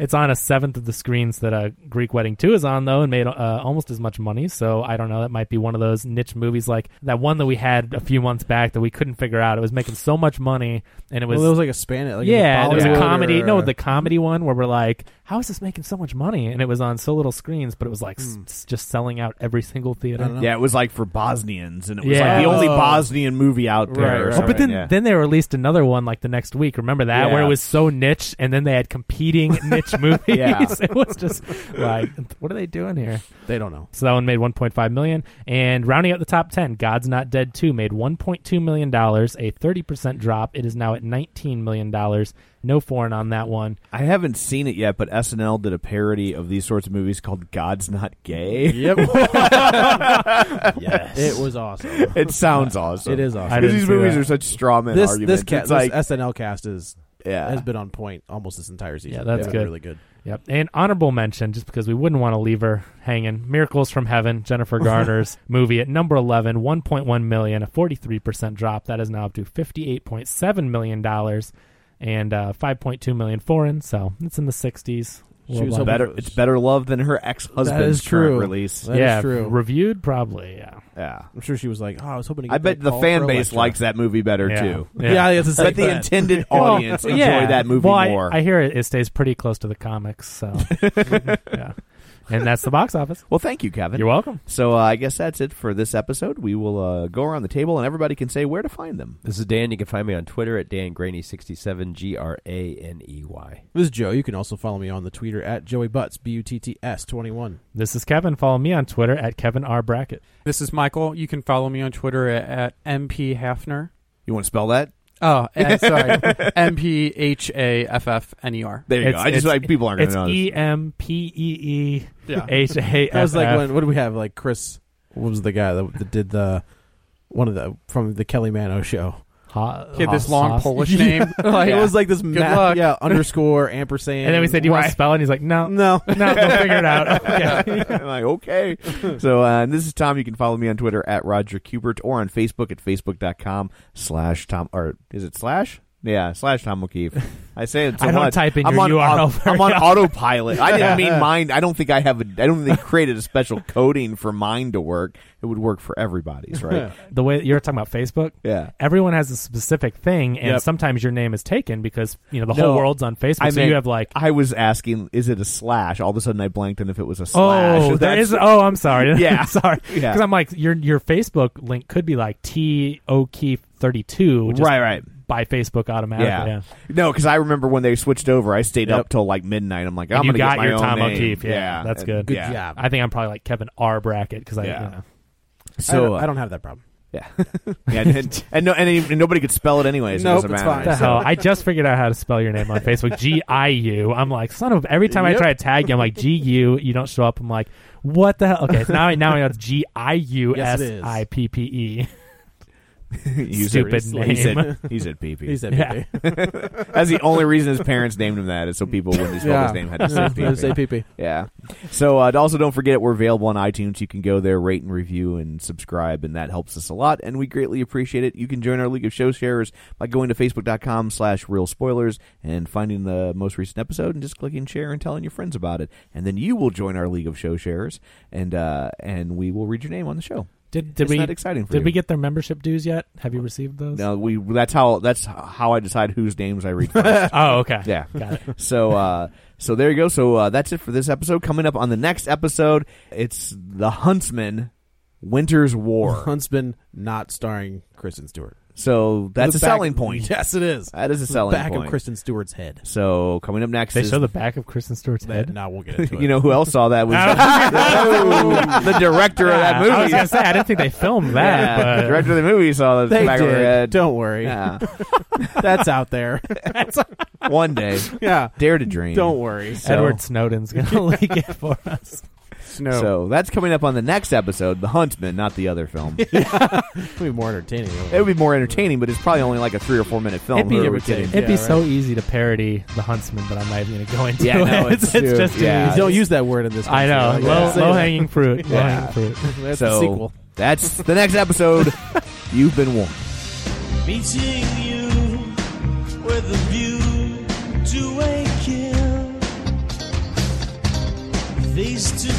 Speaker 7: it's on a seventh of the screens that a Greek Wedding Two is on though, and made uh, almost as much money. So I don't know. That might be one of those niche movies like that one that we had a few months back that we couldn't figure out. It was making so much money, and it was.
Speaker 8: well, it was like a Spanish. Like
Speaker 7: yeah,
Speaker 8: it
Speaker 7: there was a
Speaker 8: Bollywood
Speaker 7: comedy.
Speaker 8: or-
Speaker 7: No, the comedy one where we're like, "How is this making so much money?" And it was on so little screens, but it was like s- s- just selling out every single theater.
Speaker 8: Hmm. I don't know.
Speaker 5: Yeah, it was like for Bosnians, and it was
Speaker 7: Yeah.
Speaker 5: like the only
Speaker 8: Oh.
Speaker 5: Bosnian movie out there.
Speaker 9: Right,
Speaker 5: or
Speaker 9: right.
Speaker 7: Oh,
Speaker 5: something,
Speaker 7: but then,
Speaker 5: yeah.
Speaker 7: then they released another one like the next week. Remember that where it
Speaker 5: Yeah.
Speaker 7: was so niche, and then they
Speaker 5: (laughs)
Speaker 7: had competing niche movies.
Speaker 5: Yeah.
Speaker 7: (laughs) It was just like, what are they doing here?
Speaker 8: they don't know.
Speaker 7: So that one made 1.5 million, and rounding out the top 10, God's Not Dead 2 made 1.2 million dollars, a 30 percent drop. It is now at 19 million dollars. No foreign on that one.
Speaker 5: I haven't seen it yet, but SNL did a parody of these sorts of movies called "God's Not Gay."
Speaker 8: (laughs) Yep,
Speaker 6: yes.
Speaker 8: it was awesome.
Speaker 5: (laughs) It sounds awesome.
Speaker 8: It is awesome.
Speaker 7: I
Speaker 5: Because
Speaker 7: didn't
Speaker 5: these
Speaker 7: see
Speaker 5: movies
Speaker 7: that.
Speaker 5: are such straw man
Speaker 8: This
Speaker 5: arguments.
Speaker 8: this, ca-
Speaker 5: it's
Speaker 8: this
Speaker 5: like,
Speaker 8: SNL cast is
Speaker 5: yeah,
Speaker 8: has been on point almost this entire season.
Speaker 7: Yeah, that's
Speaker 8: It's
Speaker 7: good.
Speaker 8: been really good.
Speaker 7: Yep. And honorable mention, just because we wouldn't want to leave her hanging. Miracles from
Speaker 5: (laughs)
Speaker 7: Heaven, Jennifer Garner's movie at number 11, 1.1 million, a 43% drop. That is now up to $58.7 million dollars and uh, 5.2 million foreign. So it's in the 60s.
Speaker 8: She was
Speaker 7: worldwide.
Speaker 8: hoping-
Speaker 5: better. It's better love than her ex
Speaker 8: That is
Speaker 5: husband's
Speaker 8: true.
Speaker 5: current release.
Speaker 8: That is
Speaker 7: yeah,
Speaker 8: true.
Speaker 7: reviewed probably. Yeah,
Speaker 5: yeah,
Speaker 8: I'm sure she was like, "Oh, I was hoping." To get
Speaker 5: I bet
Speaker 8: that
Speaker 5: the
Speaker 8: call
Speaker 5: fan
Speaker 8: for
Speaker 5: base
Speaker 8: Elektra."
Speaker 5: likes that movie better
Speaker 7: Yeah.
Speaker 6: (laughs)
Speaker 5: too.
Speaker 7: Yeah.
Speaker 8: Yeah, I guess it's
Speaker 5: But
Speaker 8: like
Speaker 5: the (laughs)
Speaker 8: that.
Speaker 5: intended audience enjoy
Speaker 7: yeah.
Speaker 5: that movie
Speaker 7: well, I-
Speaker 5: more. (laughs)
Speaker 7: I, hear it, it stays pretty close to the comics. So yeah, and that's the box office.
Speaker 5: Well, thank you, Kevin.
Speaker 7: You're welcome.
Speaker 5: So uh, I guess that's it for this episode. We will uh, go around the table and everybody can say where to find them.
Speaker 6: This is Dan. You can find me on Twitter at Dan Graney67, G R A N E Y.
Speaker 8: This is Joe. You can also follow me on the Twitter at Joey Butts, B U T T S 21.
Speaker 7: This is Kevin. Follow me on Twitter at Kevin R Brackett.
Speaker 9: This is Michael. You can follow me on Twitter at, at MP Hafner.
Speaker 5: You want to spell that?
Speaker 9: Oh, and, sorry. (laughs) M P H A F F N E R.
Speaker 5: There you go.
Speaker 7: It's-
Speaker 5: I just
Speaker 7: it's-
Speaker 5: like people aren't going
Speaker 7: It's
Speaker 5: to know. this.
Speaker 7: E M P E E
Speaker 9: Yeah.
Speaker 7: H A
Speaker 8: That was
Speaker 7: F
Speaker 8: like
Speaker 7: F.
Speaker 8: when, what do we have? Like Chris, what was the guy that, that did the, one of the, from the Kelly Mano show?
Speaker 7: Ha-
Speaker 9: He had this
Speaker 7: ha-
Speaker 9: long
Speaker 7: sauce.
Speaker 9: Polish (laughs) name.
Speaker 8: Like, It was like this
Speaker 9: Good luck.
Speaker 8: math, yeah,
Speaker 5: (laughs)
Speaker 8: underscore, ampersand.
Speaker 7: And then we said, "Do you want to
Speaker 8: Right.
Speaker 7: spell?" it?" And he's like, "No, no,
Speaker 8: No.
Speaker 7: no, we'll figure it out." Yeah.
Speaker 5: I'm like, okay. So uh, and this is Tom. You can follow me on Twitter at Roger Kubert or on Facebook at facebook.com slash Tom. Or is it slash? Yeah, slash Tom O'Keefe. I say
Speaker 7: (laughs)
Speaker 5: it so
Speaker 7: I don't
Speaker 5: much.
Speaker 7: type in
Speaker 5: I'm
Speaker 7: your
Speaker 5: on,
Speaker 7: URL
Speaker 5: au-
Speaker 7: very
Speaker 5: I'm on
Speaker 7: often.
Speaker 5: autopilot. I didn't
Speaker 7: (laughs)
Speaker 5: mean mine. I don't think I have. A, I don't think they created a special coding for mine to work. It would work for everybody's,
Speaker 7: (laughs)
Speaker 5: right?
Speaker 7: The way you're talking about Facebook,
Speaker 5: Yeah.
Speaker 7: everyone has a specific thing, and
Speaker 5: Yep.
Speaker 7: sometimes your name is taken because you know the
Speaker 5: No.
Speaker 7: whole world's on Facebook. so
Speaker 5: meant-
Speaker 7: you have like,
Speaker 5: I was asking, is it a slash? All of a sudden, I blanked on if it was a slash.
Speaker 7: oh, there
Speaker 5: That's-
Speaker 7: is. Oh, I'm sorry. (laughs)
Speaker 5: Yeah.
Speaker 7: I'm sorry. Because
Speaker 5: Yeah.
Speaker 7: I'm like, your your Facebook link could be like T E O'Keefe 32, just
Speaker 5: right, right.
Speaker 7: By Facebook automatically.
Speaker 5: Yeah. No, because I remember when they switched over, I stayed up till like midnight. I'm like, I'm
Speaker 7: you
Speaker 5: gonna
Speaker 7: got
Speaker 5: get my
Speaker 7: your
Speaker 5: own
Speaker 7: Tom
Speaker 5: name.
Speaker 7: O'Keefe, yeah, that's good. Good
Speaker 5: yeah.
Speaker 8: job.
Speaker 7: I think I'm probably like Kevin R bracket because I.
Speaker 5: Yeah.
Speaker 7: you know.
Speaker 8: I don't,
Speaker 5: So
Speaker 8: I don't have that problem.
Speaker 5: yeah, (laughs) yeah and, and no, and, and nobody could spell it anyway. So
Speaker 8: Nope,
Speaker 5: it doesn't
Speaker 8: it's
Speaker 5: matter.
Speaker 8: fine.
Speaker 7: the hell? I just figured out how to spell your name
Speaker 5: (laughs)
Speaker 7: on Facebook. G I U. I'm like, son of. Every time I
Speaker 5: Yep.
Speaker 7: try to tag you, I'm like G U. You don't show up. I'm like, what the hell? Okay, so now I now I know it's G I U
Speaker 8: Yes,
Speaker 7: S
Speaker 8: it is.
Speaker 7: I P P E.
Speaker 5: (laughs) He
Speaker 7: Stupid
Speaker 5: said- He
Speaker 7: name.
Speaker 5: said he said PP.
Speaker 8: He said,
Speaker 7: (laughs) Yeah.
Speaker 8: PP.
Speaker 5: that's the only reason his parents named him that is so people when they spelled his name
Speaker 8: (laughs)
Speaker 5: had to say
Speaker 8: Yeah,
Speaker 5: PP.
Speaker 8: say PP.
Speaker 5: Yeah. So uh, also don't forget we're available on iTunes. You can go there, rate and review, and subscribe, and that helps us a lot, and we greatly appreciate it. You can join our League of Show Sharers by going to facebook.com slash real spoilers and finding the uh, most recent episode and just clicking share and telling your friends about it. And then you will join our League of Show Sharers and uh, and we will read your name on the show.
Speaker 7: Did did
Speaker 5: It's
Speaker 7: we?
Speaker 5: not exciting for
Speaker 7: did
Speaker 5: you.
Speaker 7: we get their membership dues yet? Have you received those?
Speaker 5: No, we that's how that's how I decide whose names I read first.
Speaker 7: (laughs) Oh, okay.
Speaker 5: Yeah.
Speaker 7: Got it.
Speaker 5: So uh so there you go. So uh, that's it for this episode. Coming up on the next episode, it's The Huntsman Winter's
Speaker 8: (laughs)
Speaker 5: War.
Speaker 8: Huntsman not starring Kristen Stewart.
Speaker 5: So that's a
Speaker 8: The back-
Speaker 5: selling point.
Speaker 8: (laughs) Yes, it is.
Speaker 5: That is a selling
Speaker 8: back
Speaker 5: point.
Speaker 8: of Kristen Stewart's head.
Speaker 5: So coming up next
Speaker 7: They
Speaker 5: is (laughs)
Speaker 7: show the back of Kristen Stewart's
Speaker 8: That,
Speaker 7: head. (laughs)
Speaker 8: now we'll get into it.
Speaker 5: you know who else saw
Speaker 8: (laughs)
Speaker 5: that was (laughs) the director of that movie.
Speaker 7: I was gonna say I didn't think
Speaker 5: (laughs)
Speaker 7: they
Speaker 5: Yeah,
Speaker 7: filmed that.
Speaker 5: the
Speaker 7: but-
Speaker 5: director of the movie saw the
Speaker 8: they
Speaker 5: back of her
Speaker 8: did.
Speaker 5: head.
Speaker 8: Don't worry,
Speaker 5: Yeah.
Speaker 8: that's out
Speaker 5: (laughs)
Speaker 8: there.
Speaker 5: One day,
Speaker 8: yeah,
Speaker 5: dare to dream.
Speaker 8: don't worry.
Speaker 5: So-
Speaker 7: Edward
Speaker 5: (laughs)
Speaker 7: Snowden's gonna leak it for us.
Speaker 9: Snow.
Speaker 5: So that's coming up on the next episode, The Huntsman, not the other
Speaker 8: (laughs)
Speaker 5: film.
Speaker 8: It'll be more entertaining.
Speaker 5: It would be more entertaining, but it's probably only like a three or four minute film.
Speaker 7: It'd be-
Speaker 5: Who are we
Speaker 7: Give or
Speaker 5: kidding?
Speaker 8: take.
Speaker 7: It'd be
Speaker 8: Yeah,
Speaker 7: so easy to parody The Huntsman, but I'm not even gonna go into
Speaker 5: Yeah, no,
Speaker 7: it. (laughs)
Speaker 5: it's true.
Speaker 7: just too
Speaker 5: Yeah.
Speaker 7: easy.
Speaker 8: Don't use that word in this.
Speaker 7: I know.
Speaker 8: country.
Speaker 7: Low,
Speaker 8: Like, say
Speaker 7: low
Speaker 8: that.
Speaker 7: hanging fruit. Low
Speaker 5: Yeah.
Speaker 7: hanging fruit.
Speaker 8: That's the
Speaker 5: so
Speaker 8: sequel.
Speaker 5: that's the next
Speaker 8: (laughs)
Speaker 5: episode. You've been warned.
Speaker 11: Meeting you with a view to a kill. These two